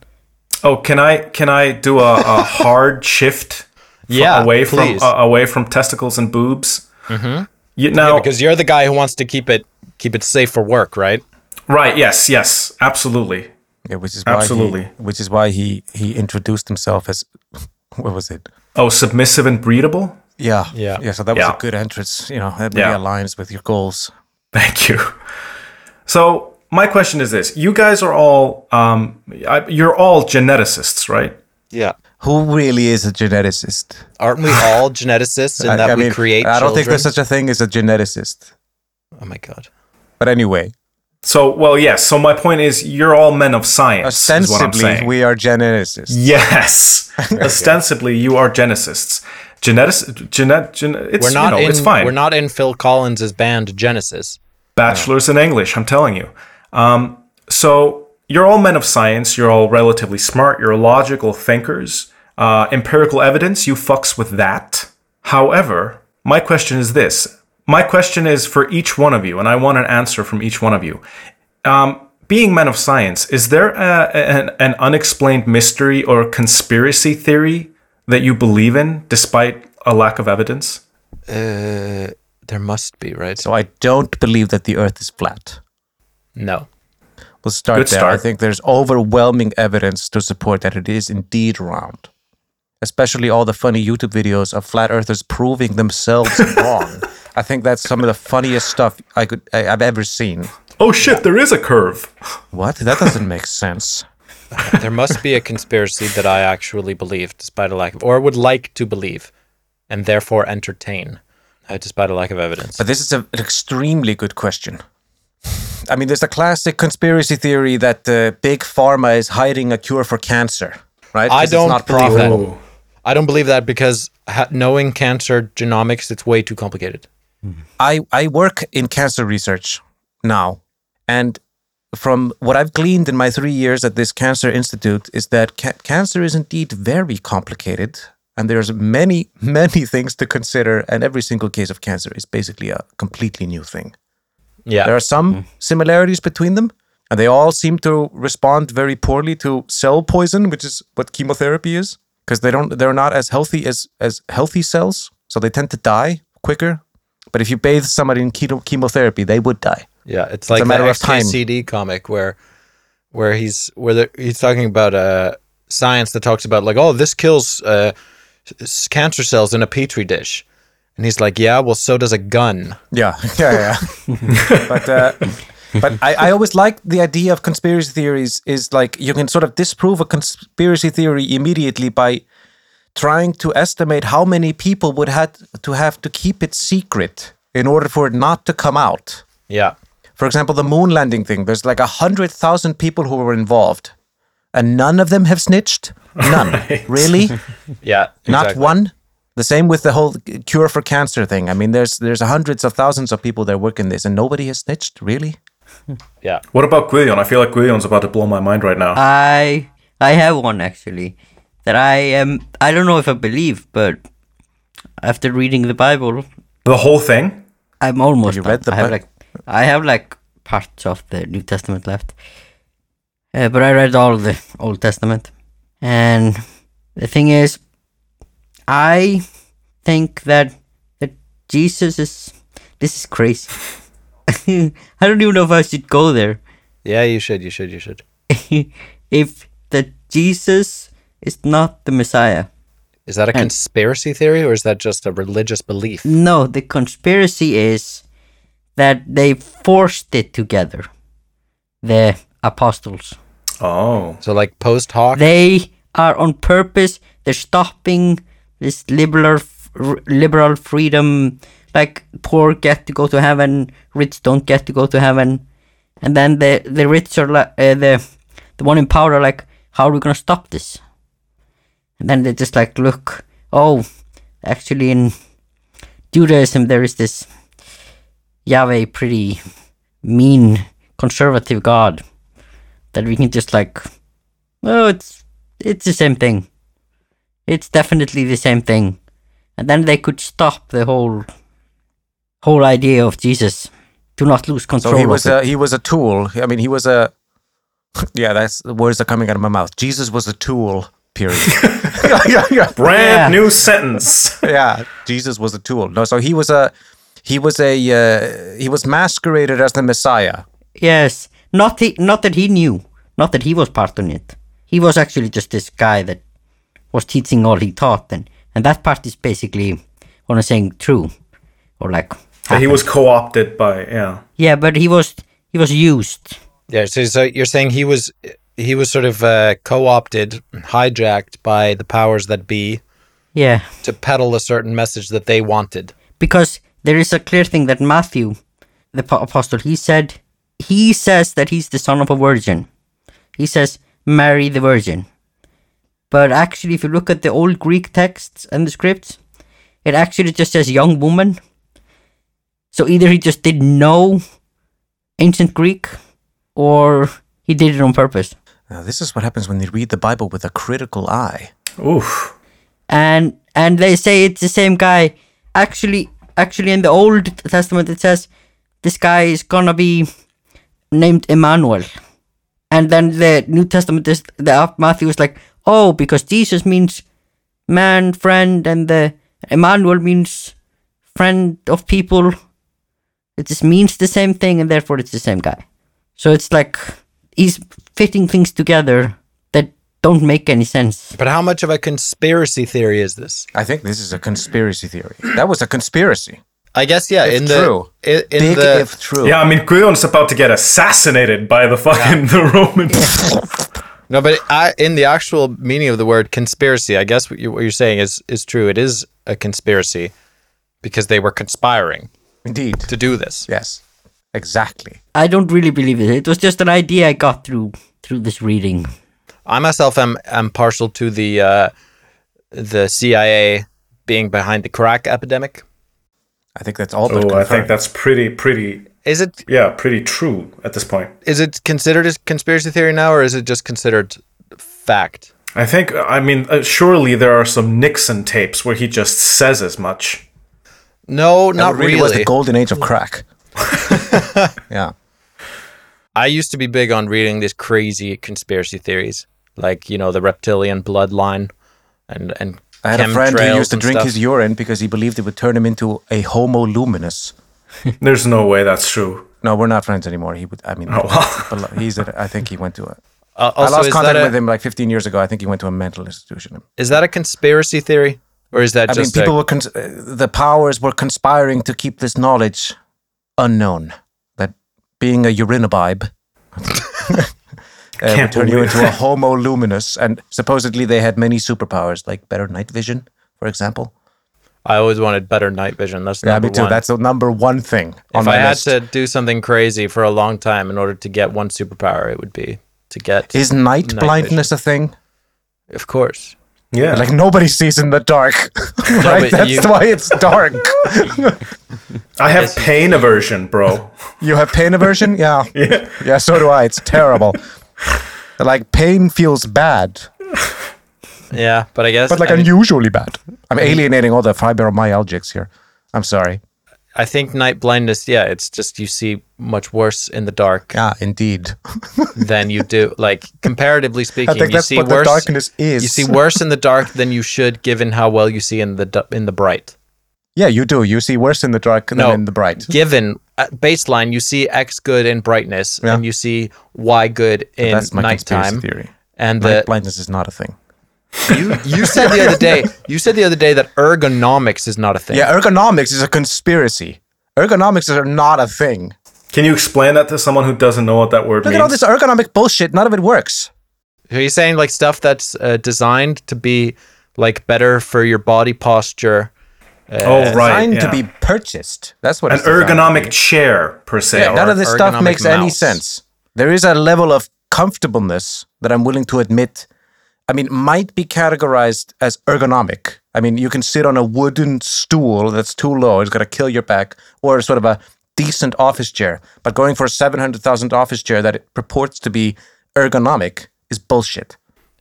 [SPEAKER 4] Oh, can I can I do a, a hard shift? fr-
[SPEAKER 1] Yeah,
[SPEAKER 4] away
[SPEAKER 1] please.
[SPEAKER 4] from uh, away from testicles and boobs. Mm-hmm. You, now,
[SPEAKER 1] Because you're the guy who wants to keep it keep it safe for work, right?
[SPEAKER 4] right? Yes, yes, absolutely.
[SPEAKER 5] Yeah, which is why
[SPEAKER 4] Absolutely.
[SPEAKER 5] He, which is why he he introduced himself as what was it?
[SPEAKER 4] Oh, submissive and breedable.
[SPEAKER 5] Yeah.
[SPEAKER 1] Yeah.
[SPEAKER 5] Yeah. So that was
[SPEAKER 4] Yeah.
[SPEAKER 5] a good entrance. You know, that really
[SPEAKER 4] Yeah.
[SPEAKER 5] aligns with your goals.
[SPEAKER 4] Thank you. So my question is this: You guys are all um, I, you're all geneticists, right?
[SPEAKER 1] Yeah.
[SPEAKER 5] Who really is a geneticist?
[SPEAKER 1] Aren't we all geneticists in that we create
[SPEAKER 5] [LAUGHS] I don't think there's
[SPEAKER 1] children?
[SPEAKER 5] such a thing as a geneticist.
[SPEAKER 1] Oh my god.
[SPEAKER 5] But anyway,
[SPEAKER 4] So, well, yes. So my point is, you're all men of science. Is what I'm
[SPEAKER 5] ostensibly
[SPEAKER 4] saying.
[SPEAKER 5] we are geneticists. [LAUGHS]
[SPEAKER 4] yes. ostensibly, you are geneticists. Genetic, genet, gen, it's,
[SPEAKER 1] We're not
[SPEAKER 4] you know,
[SPEAKER 1] in
[SPEAKER 4] it's fine.
[SPEAKER 1] we're not in Phil Collins's band Genesis.
[SPEAKER 4] bachelor's in English, I'm telling you. Um, so you're all men of science, you're all relatively smart, you're logical thinkers. Uh, empirical evidence, you fucks with that. However, my question is this. My question is for each one of you, and I want an answer from each one of you. Um, being men of science, is there a, an, an unexplained mystery or conspiracy theory that you believe in despite a lack of evidence?
[SPEAKER 1] Uh there must be, right?
[SPEAKER 5] So I don't believe that the Earth is flat.
[SPEAKER 1] no.
[SPEAKER 5] We'll start
[SPEAKER 4] Good
[SPEAKER 5] there. I
[SPEAKER 4] start.
[SPEAKER 5] think there's overwhelming evidence to support that it is indeed round. Especially all the funny YouTube videos of flat earthers
[SPEAKER 4] [LAUGHS]
[SPEAKER 5] proving themselves wrong. I think that's some of the funniest stuff I could I, I've ever seen.
[SPEAKER 4] Oh shit, there is a curve.
[SPEAKER 5] What? That doesn't make sense.
[SPEAKER 1] There must be a conspiracy that I actually believe, despite a lack of or would like to believe, and therefore entertain, uh, despite a lack of evidence.
[SPEAKER 5] But this is a, an extremely good question. I mean, there's a classic conspiracy theory that uh, big pharma is hiding a cure for cancer, right?
[SPEAKER 1] I
[SPEAKER 5] 'Cause it's
[SPEAKER 1] don't
[SPEAKER 5] not
[SPEAKER 1] believe that.
[SPEAKER 5] profitable.
[SPEAKER 1] Ooh. I don't believe that because ha- knowing cancer genomics, it's way too complicated.
[SPEAKER 5] I, I work in cancer research now. And from what I've gleaned in my three years at this cancer institute is that ca- cancer is indeed very complicated And there's many, [LAUGHS] many things to consider, and every single case of cancer is basically a completely new thing.
[SPEAKER 1] Yeah.
[SPEAKER 5] There are some similarities between them, and they all seem to respond very poorly to cell poison, which is what chemotherapy is, because they don't they're not as healthy as as healthy cells, so they tend to die quicker. But if you bathe somebody in keto, chemotherapy, they would die.
[SPEAKER 1] Yeah, it's like the
[SPEAKER 5] a matter of time.
[SPEAKER 1] XKCD comic where where he's where the, he's talking about uh, science that talks about like oh this kills uh, s- cancer cells in a petri dish, and he's like yeah well so does a gun.
[SPEAKER 5] Yeah, [LAUGHS] yeah, yeah. yeah. but uh, but I, I always like the idea of conspiracy theories is like you can sort of disprove a conspiracy theory immediately by trying to estimate how many people would had to have to keep it secret in order for it not to come out.
[SPEAKER 1] Yeah,
[SPEAKER 5] For example, the moon landing thing. There's like a hundred thousand people who were involved, and none of them have snitched. None, really.
[SPEAKER 1] yeah,
[SPEAKER 5] not
[SPEAKER 1] exactly.
[SPEAKER 5] one. The same with the whole c- cure for cancer thing. I mean, there's there's hundreds of thousands of people that work in this, and nobody has snitched. Really?
[SPEAKER 1] Yeah,
[SPEAKER 4] What about Guillon? I feel like Guillon's about to blow my mind right now.
[SPEAKER 3] I I have one actually that I am. I don't know if I believe, but after reading the Bible,
[SPEAKER 4] the whole thing?
[SPEAKER 3] I'm almost.
[SPEAKER 5] you
[SPEAKER 3] done.
[SPEAKER 5] read the
[SPEAKER 3] I have
[SPEAKER 5] Bi-
[SPEAKER 3] like I have like parts of the New Testament left, uh, but I read all the Old Testament, and the thing is, I think that that Jesus is. This is crazy. [LAUGHS] I don't even know if I should go there.
[SPEAKER 1] yeah. You should, you should, you should.
[SPEAKER 3] [LAUGHS] if that Jesus is not the Messiah.
[SPEAKER 1] Is that a conspiracy theory or is that just a religious belief?
[SPEAKER 3] No, the conspiracy is that they forced it together. The apostles.
[SPEAKER 4] Oh.
[SPEAKER 1] So like post hoc.
[SPEAKER 3] They are on purpose. They're stopping this liberal, f- r- liberal freedom. Like poor get to go to heaven, rich don't get to go to heaven. And then the the rich are like uh, the the one in power are like, how are we gonna stop this? And then they just like look, oh, actually in Judaism there is this Yahweh pretty mean conservative God that we can just like well, it's it's the same thing. It's definitely the same thing. And then they could stop the whole whole idea of Jesus. Do not lose
[SPEAKER 5] So
[SPEAKER 3] control
[SPEAKER 5] he was
[SPEAKER 3] of it.
[SPEAKER 5] a, he was a tool. I mean, he was a [LAUGHS] yeah. That's the words are coming out of my mouth. Jesus was a tool. Period. [LAUGHS] yeah, yeah,
[SPEAKER 4] Brand
[SPEAKER 3] Yeah.
[SPEAKER 4] new sentence.
[SPEAKER 5] yeah. Jesus was a tool. No, so he was a he was a uh, he was masqueraded as the Messiah.
[SPEAKER 3] yes. Not he, not that he knew. Not that he was part in it. He was actually just this guy that was teaching all he taught and, and that part is basically what I'm saying true. Or like
[SPEAKER 4] That [LAUGHS] he was co opted by, yeah.
[SPEAKER 3] Yeah, but he was he was used.
[SPEAKER 1] Yeah, so, so you're saying he was he was sort of uh, co-opted, hijacked by the powers that be
[SPEAKER 3] Yeah.
[SPEAKER 1] to peddle a certain message that they wanted.
[SPEAKER 3] because there is a clear thing that Matthew, the po- apostle, he said, he says that he's the son of a virgin. He says, marry the virgin. But actually, if you look at the old Greek texts and the scripts, it actually just says young woman. So either he just didn't know ancient Greek or he did it on purpose.
[SPEAKER 5] Now, this is what happens when you read the Bible with a critical eye.
[SPEAKER 4] Oof.
[SPEAKER 3] and and they say it's the same guy. Actually, actually, in the Old Testament it says this guy is gonna be named Emmanuel, and then the New Testament is the uh, Matthew is like, oh, because Jesus means man, friend, and the Emmanuel means friend of people. It just means the same thing, and therefore it's the same guy. So it's like he's fitting things together that don't make any sense.
[SPEAKER 1] But how much of a conspiracy theory is this?
[SPEAKER 5] I think this is a conspiracy theory. That was a conspiracy.
[SPEAKER 1] I guess yeah.
[SPEAKER 5] If
[SPEAKER 1] in the
[SPEAKER 5] true.
[SPEAKER 1] i- in
[SPEAKER 5] Big
[SPEAKER 1] the
[SPEAKER 5] if true.
[SPEAKER 4] Yeah, I mean, Guillon's about to get assassinated by the fucking [LAUGHS] the Romans.
[SPEAKER 1] no, but I, in the actual meaning of the word conspiracy, I guess what, you, what you're saying is is true. It is a conspiracy because they were conspiring
[SPEAKER 5] Indeed.
[SPEAKER 1] to do this.
[SPEAKER 5] Yes. Exactly.
[SPEAKER 3] I don't really believe it. It was just an idea I got through through this reading.
[SPEAKER 1] I myself am am partial to the uh, the CIA being behind the crack epidemic.
[SPEAKER 5] I think that's all but
[SPEAKER 4] Oh, I think
[SPEAKER 5] confirmed.
[SPEAKER 4] that's pretty, pretty,
[SPEAKER 1] Is it
[SPEAKER 4] yeah, pretty true at this point.
[SPEAKER 1] is it considered a conspiracy theory now, or is it just considered fact?
[SPEAKER 4] I think, I mean, uh, surely there are some Nixon tapes where he just says as much.
[SPEAKER 1] No,
[SPEAKER 5] That
[SPEAKER 1] not
[SPEAKER 5] really,
[SPEAKER 1] really.
[SPEAKER 5] was the golden age of
[SPEAKER 1] [LAUGHS]
[SPEAKER 5] crack. yeah.
[SPEAKER 1] I used to be big on reading these crazy conspiracy theories, like you know the reptilian bloodline, and and
[SPEAKER 5] I had a friend who
[SPEAKER 1] chemtrails
[SPEAKER 5] used to
[SPEAKER 1] and
[SPEAKER 5] drink
[SPEAKER 1] stuff.
[SPEAKER 5] his urine because he believed it would turn him into a homo luminous.
[SPEAKER 4] There's no way that's true.
[SPEAKER 5] No, we're not friends anymore. He would. I mean,
[SPEAKER 4] Oh, wow.
[SPEAKER 5] but like, he's. A, I think he went to a.
[SPEAKER 1] Uh, [LAUGHS]
[SPEAKER 5] I
[SPEAKER 1] also,
[SPEAKER 5] lost
[SPEAKER 1] is
[SPEAKER 5] contact
[SPEAKER 1] that a,
[SPEAKER 5] with him like 15 years ago. I think he went to a mental institution.
[SPEAKER 1] Is that a conspiracy theory, or is that
[SPEAKER 5] I mean,
[SPEAKER 1] just a-
[SPEAKER 5] people were cons- uh, the powers were conspiring to keep this knowledge unknown. That being a urinobibe uh, would
[SPEAKER 4] Can't
[SPEAKER 5] turn you
[SPEAKER 4] believe
[SPEAKER 5] into a homo luminous, and supposedly they had many superpowers, like better night vision, for example.
[SPEAKER 1] I always wanted better night vision. That's
[SPEAKER 5] Yeah,
[SPEAKER 1] number
[SPEAKER 5] me too.
[SPEAKER 1] one.
[SPEAKER 5] That's the number one thing on
[SPEAKER 1] if
[SPEAKER 5] my
[SPEAKER 1] I
[SPEAKER 5] list.
[SPEAKER 1] had to do something crazy for a long time in order to get one superpower, it would be to get.
[SPEAKER 5] Is night,
[SPEAKER 1] Night
[SPEAKER 5] blindness a thing?
[SPEAKER 1] of course.
[SPEAKER 4] Yeah.
[SPEAKER 5] Like nobody sees in the dark. [LAUGHS]
[SPEAKER 1] but
[SPEAKER 5] right? That's
[SPEAKER 1] you-
[SPEAKER 5] why it's
[SPEAKER 1] [LAUGHS]
[SPEAKER 5] dark.
[SPEAKER 4] I have pain aversion, bro. [LAUGHS]
[SPEAKER 5] you have pain aversion? Yeah. yeah. so do I. It's
[SPEAKER 1] [LAUGHS]
[SPEAKER 5] terrible. like pain feels bad,
[SPEAKER 1] Yeah, but I guess.
[SPEAKER 5] but like
[SPEAKER 1] I, mean,
[SPEAKER 5] unusually bad. I'm alienating all the fibromyalgics here. I'm sorry.
[SPEAKER 1] I think night blindness. Yeah, it's just you see much worse in the dark
[SPEAKER 5] Yeah, indeed.
[SPEAKER 1] than you
[SPEAKER 5] [LAUGHS]
[SPEAKER 1] do. Like comparatively speaking, you
[SPEAKER 5] that's
[SPEAKER 1] see
[SPEAKER 5] what the
[SPEAKER 1] worse.
[SPEAKER 5] darkness is.
[SPEAKER 1] You see worse in the dark than you should, given how well you see in the du- in the bright.
[SPEAKER 5] [LAUGHS] Yeah, you do. You see worse in the dark
[SPEAKER 1] No.
[SPEAKER 5] than in the bright.
[SPEAKER 1] Given uh, baseline, you see X good in brightness,
[SPEAKER 5] Yeah.
[SPEAKER 1] and you see Y good in
[SPEAKER 5] That's my
[SPEAKER 1] nighttime.
[SPEAKER 5] conspiracy theory.
[SPEAKER 1] And
[SPEAKER 5] Night
[SPEAKER 1] the,
[SPEAKER 5] blindness is not a thing.
[SPEAKER 1] you, you said the
[SPEAKER 5] [LAUGHS]
[SPEAKER 1] other day you said the other day that ergonomics is not a thing.
[SPEAKER 5] Yeah, ergonomics is a conspiracy. Ergonomics are not a thing.
[SPEAKER 4] Can you explain that to someone who doesn't know what that word
[SPEAKER 5] Look
[SPEAKER 4] means?
[SPEAKER 5] at all this ergonomic bullshit. None of it works.
[SPEAKER 1] Are you saying like stuff that's uh, designed to be like better for your body posture?
[SPEAKER 4] oh, right.
[SPEAKER 5] Designed
[SPEAKER 4] yeah.
[SPEAKER 5] to be purchased. That's what
[SPEAKER 4] An
[SPEAKER 5] it's designed to be.
[SPEAKER 4] ergonomic chair, per se.
[SPEAKER 5] Yeah,
[SPEAKER 4] or-
[SPEAKER 5] none of this stuff
[SPEAKER 1] ergonomic
[SPEAKER 5] makes any
[SPEAKER 1] mouse.
[SPEAKER 5] sense. There is a level of comfortableness that I'm willing to admit. I mean, might be categorized as ergonomic. I mean, you can sit on a wooden stool that's too low; it's gonna kill your back, or sort of a decent office chair. But going for a seven hundred thousand office chair that it purports to be ergonomic is bullshit.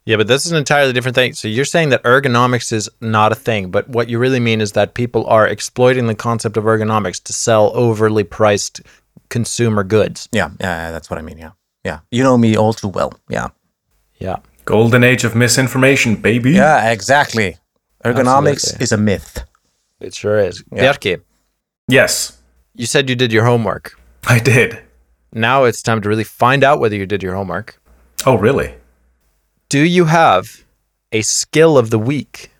[SPEAKER 1] Yeah, but this is an entirely different thing. So you're saying that ergonomics is not a thing, but what you really mean is that people are exploiting the concept of ergonomics to sell overly priced consumer goods.
[SPEAKER 5] Yeah, yeah, yeah, that's what I mean. Yeah, yeah. You know me all too well.
[SPEAKER 1] [CLEARS THROAT]
[SPEAKER 5] Yeah,
[SPEAKER 1] Yeah.
[SPEAKER 4] Golden age of misinformation, baby.
[SPEAKER 5] yeah, exactly. Ergonomics
[SPEAKER 1] Absolutely.
[SPEAKER 5] is a myth.
[SPEAKER 1] It sure is. Bjarki,
[SPEAKER 4] Yes,
[SPEAKER 1] you said you did your homework.
[SPEAKER 4] I did.
[SPEAKER 1] Now it's time to really find out whether you did your homework.
[SPEAKER 4] Oh, really?
[SPEAKER 1] Do you have a skill of the week?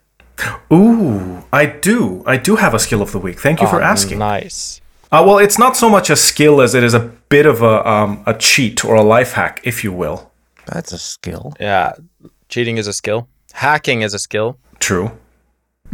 [SPEAKER 4] Ooh, I do. I do have a skill of the week. Thank you for
[SPEAKER 5] Um,
[SPEAKER 4] asking.
[SPEAKER 1] Oh, Nice.
[SPEAKER 4] Uh, well, it's not so much a skill as it is a bit of a um, a cheat or a life hack, if you will.
[SPEAKER 5] That's a skill.
[SPEAKER 1] Yeah. Cheating is a skill. Hacking is a skill.
[SPEAKER 4] True.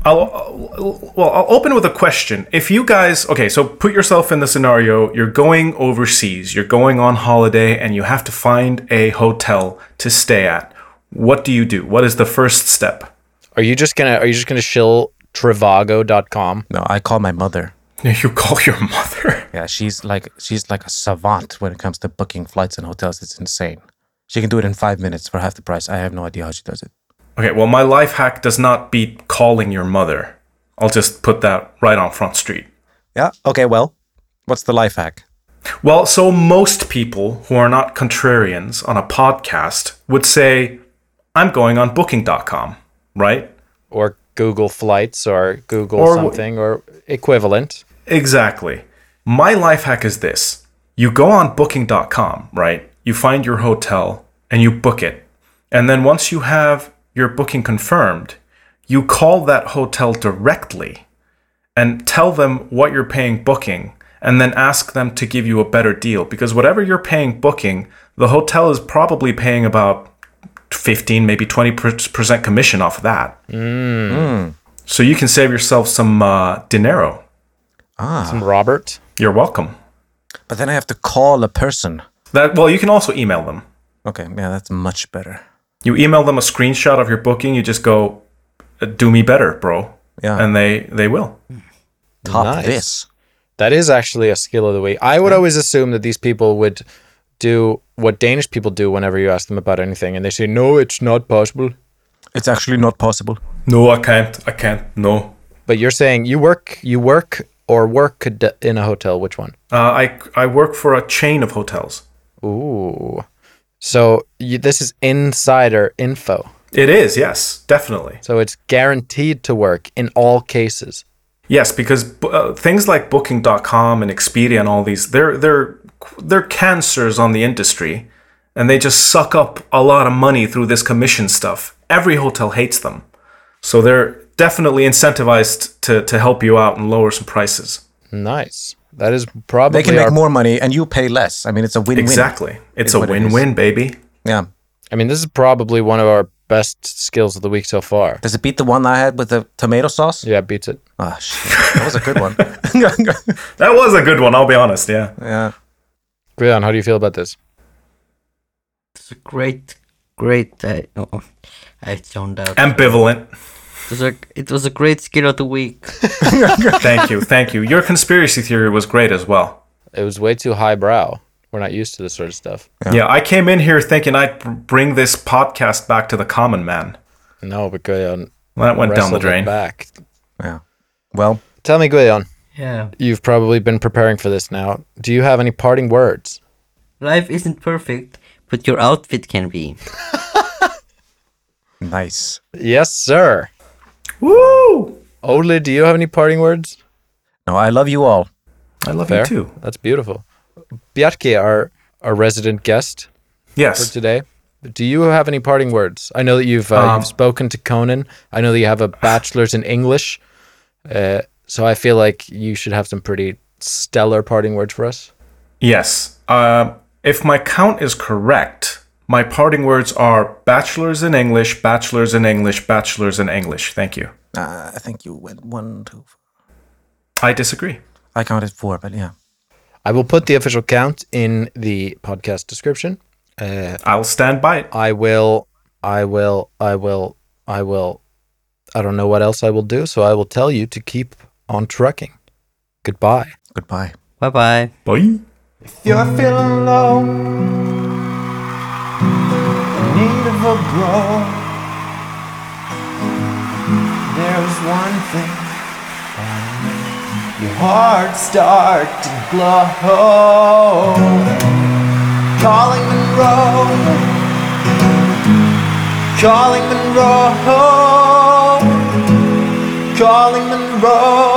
[SPEAKER 4] I'll, I'll- well, I'll open with a question. If you guys, okay, so put yourself in the scenario you're going overseas, you're going on holiday, and you have to find a hotel to stay at. What do you do? What is the first step?
[SPEAKER 1] Are you just gonna are you just gonna shill trivago.com?
[SPEAKER 5] No, I call my mother.
[SPEAKER 4] [LAUGHS] You call your mother.
[SPEAKER 5] Yeah, she's like she's like a savant when it comes to booking flights and hotels. It's insane. She can do it in five minutes for half the price. I have no idea how she does it.
[SPEAKER 4] Okay, well, my life hack does not beat calling your mother. I'll just put that right on Front Street.
[SPEAKER 5] Yeah. Okay. Well, what's the life hack?
[SPEAKER 4] Well, so most people who are not contrarians on a podcast would say, I'm going on booking.com, right?
[SPEAKER 1] Or Google Flights or Google
[SPEAKER 4] Or w-
[SPEAKER 1] something or equivalent.
[SPEAKER 4] Exactly. My life hack is this you go on booking.com, right? You find your hotel and you book it. And then once you have your booking confirmed, you call that hotel directly and tell them what you're paying booking and then ask them to give you a better deal because whatever you're paying booking, the hotel is probably paying about 15, maybe 20% commission off of that. Mm. So you can save yourself some uh, dinero.
[SPEAKER 1] Some Robert.
[SPEAKER 4] You're welcome.
[SPEAKER 5] Ah, But then I have to call a person.
[SPEAKER 4] That well, you can also email them.
[SPEAKER 5] Okay. Yeah, that's much better.
[SPEAKER 4] You email them a screenshot of your booking. You just go, "Uh, "Do me better, bro,"
[SPEAKER 5] Yeah.
[SPEAKER 4] and they they will.
[SPEAKER 5] Top
[SPEAKER 1] Nice.
[SPEAKER 5] this.
[SPEAKER 1] That is actually a skill of the week. I would always assume that these people would do what Danish people do whenever you ask them about anything, and they say, "No, it's not possible."
[SPEAKER 5] It's actually not possible.
[SPEAKER 4] No, I can't. I can't. No.
[SPEAKER 1] But you're saying you work, you work or work d- in a hotel. Which one?
[SPEAKER 4] Uh, I I work for a chain of hotels.
[SPEAKER 1] Ooh. So you, this is insider info.
[SPEAKER 4] It is yes, definitely
[SPEAKER 1] So it's guaranteed to work in all cases.
[SPEAKER 4] yes because bu- uh, things like Booking.com and Expedia and all these they're they're they're cancers on the industry, and they just suck up a lot of money through this commission stuff. Every hotel hates them, so they're definitely incentivized to to help you out and lower some prices.
[SPEAKER 1] Nice. That is probably
[SPEAKER 5] They can
[SPEAKER 1] our-
[SPEAKER 5] make more money and you pay less. I mean, it's a win-win.
[SPEAKER 4] Exactly, it's
[SPEAKER 5] Is
[SPEAKER 4] a
[SPEAKER 5] what it is.
[SPEAKER 4] win-win, baby.
[SPEAKER 5] Yeah.
[SPEAKER 1] I mean, this is probably one of our best skills of the week so far.
[SPEAKER 5] Does it beat the one I had with the tomato sauce?
[SPEAKER 1] Yeah, beats it.
[SPEAKER 5] Ah, shit. That was a good [LAUGHS] one.
[SPEAKER 4] That was a good one. I'll be honest. Yeah.
[SPEAKER 5] yeah.
[SPEAKER 1] Grian, how do you feel about this?
[SPEAKER 3] It's a great, great. Uh, oh, I zoned out.
[SPEAKER 5] [LAUGHS]
[SPEAKER 4] Ambivalent.
[SPEAKER 3] It was, a, it was a great skill of the week.
[SPEAKER 4] Thank you. Thank you. Your conspiracy theory was great as well.
[SPEAKER 1] It was way too highbrow. We're not used to this sort of stuff.
[SPEAKER 4] Yeah, I came in here thinking I'd br- bring this podcast back to the common man.
[SPEAKER 1] No, but Grian
[SPEAKER 4] Well, that went down the
[SPEAKER 1] wrestled it
[SPEAKER 4] drain.
[SPEAKER 1] back.
[SPEAKER 5] Yeah. Well,
[SPEAKER 1] Tell me, Grian,
[SPEAKER 3] Yeah.
[SPEAKER 1] you've probably been preparing for this now. Do you have any parting words?
[SPEAKER 3] Life isn't perfect, but your outfit can be.
[SPEAKER 5] nice.
[SPEAKER 1] Yes, sir.
[SPEAKER 4] Woo!
[SPEAKER 1] Ole, do you have any parting words?
[SPEAKER 5] No, I love you all.
[SPEAKER 4] I love
[SPEAKER 1] Fair.
[SPEAKER 4] you too.
[SPEAKER 1] That's beautiful. Bjarke, our, our resident guest for
[SPEAKER 4] Yes.
[SPEAKER 1] today, do you have any parting words? I know that you've, uh, you've spoken to Conan. I know that you have a bachelor's in English. Uh, so I feel like you should have some pretty stellar parting words for us.
[SPEAKER 4] Yes. Uh, if my count is correct, my parting words are bachelors in English, bachelors in English, bachelors in English. Thank you.
[SPEAKER 5] Uh, I think you went one, two. four.
[SPEAKER 4] I disagree.
[SPEAKER 5] I counted four, but yeah.
[SPEAKER 1] I will put the official count in the podcast description. Uh,
[SPEAKER 4] I'll stand by it.
[SPEAKER 1] I will, I will, I will, I will. I don't know what else I will do, so I will tell you to keep on trucking. Goodbye.
[SPEAKER 5] Goodbye.
[SPEAKER 3] Bye bye.
[SPEAKER 4] Bye.
[SPEAKER 2] You're feeling low, in need of a blow. There's one thing that makes your heart start to glow. Calling Monroe, calling Monroe, calling Monroe.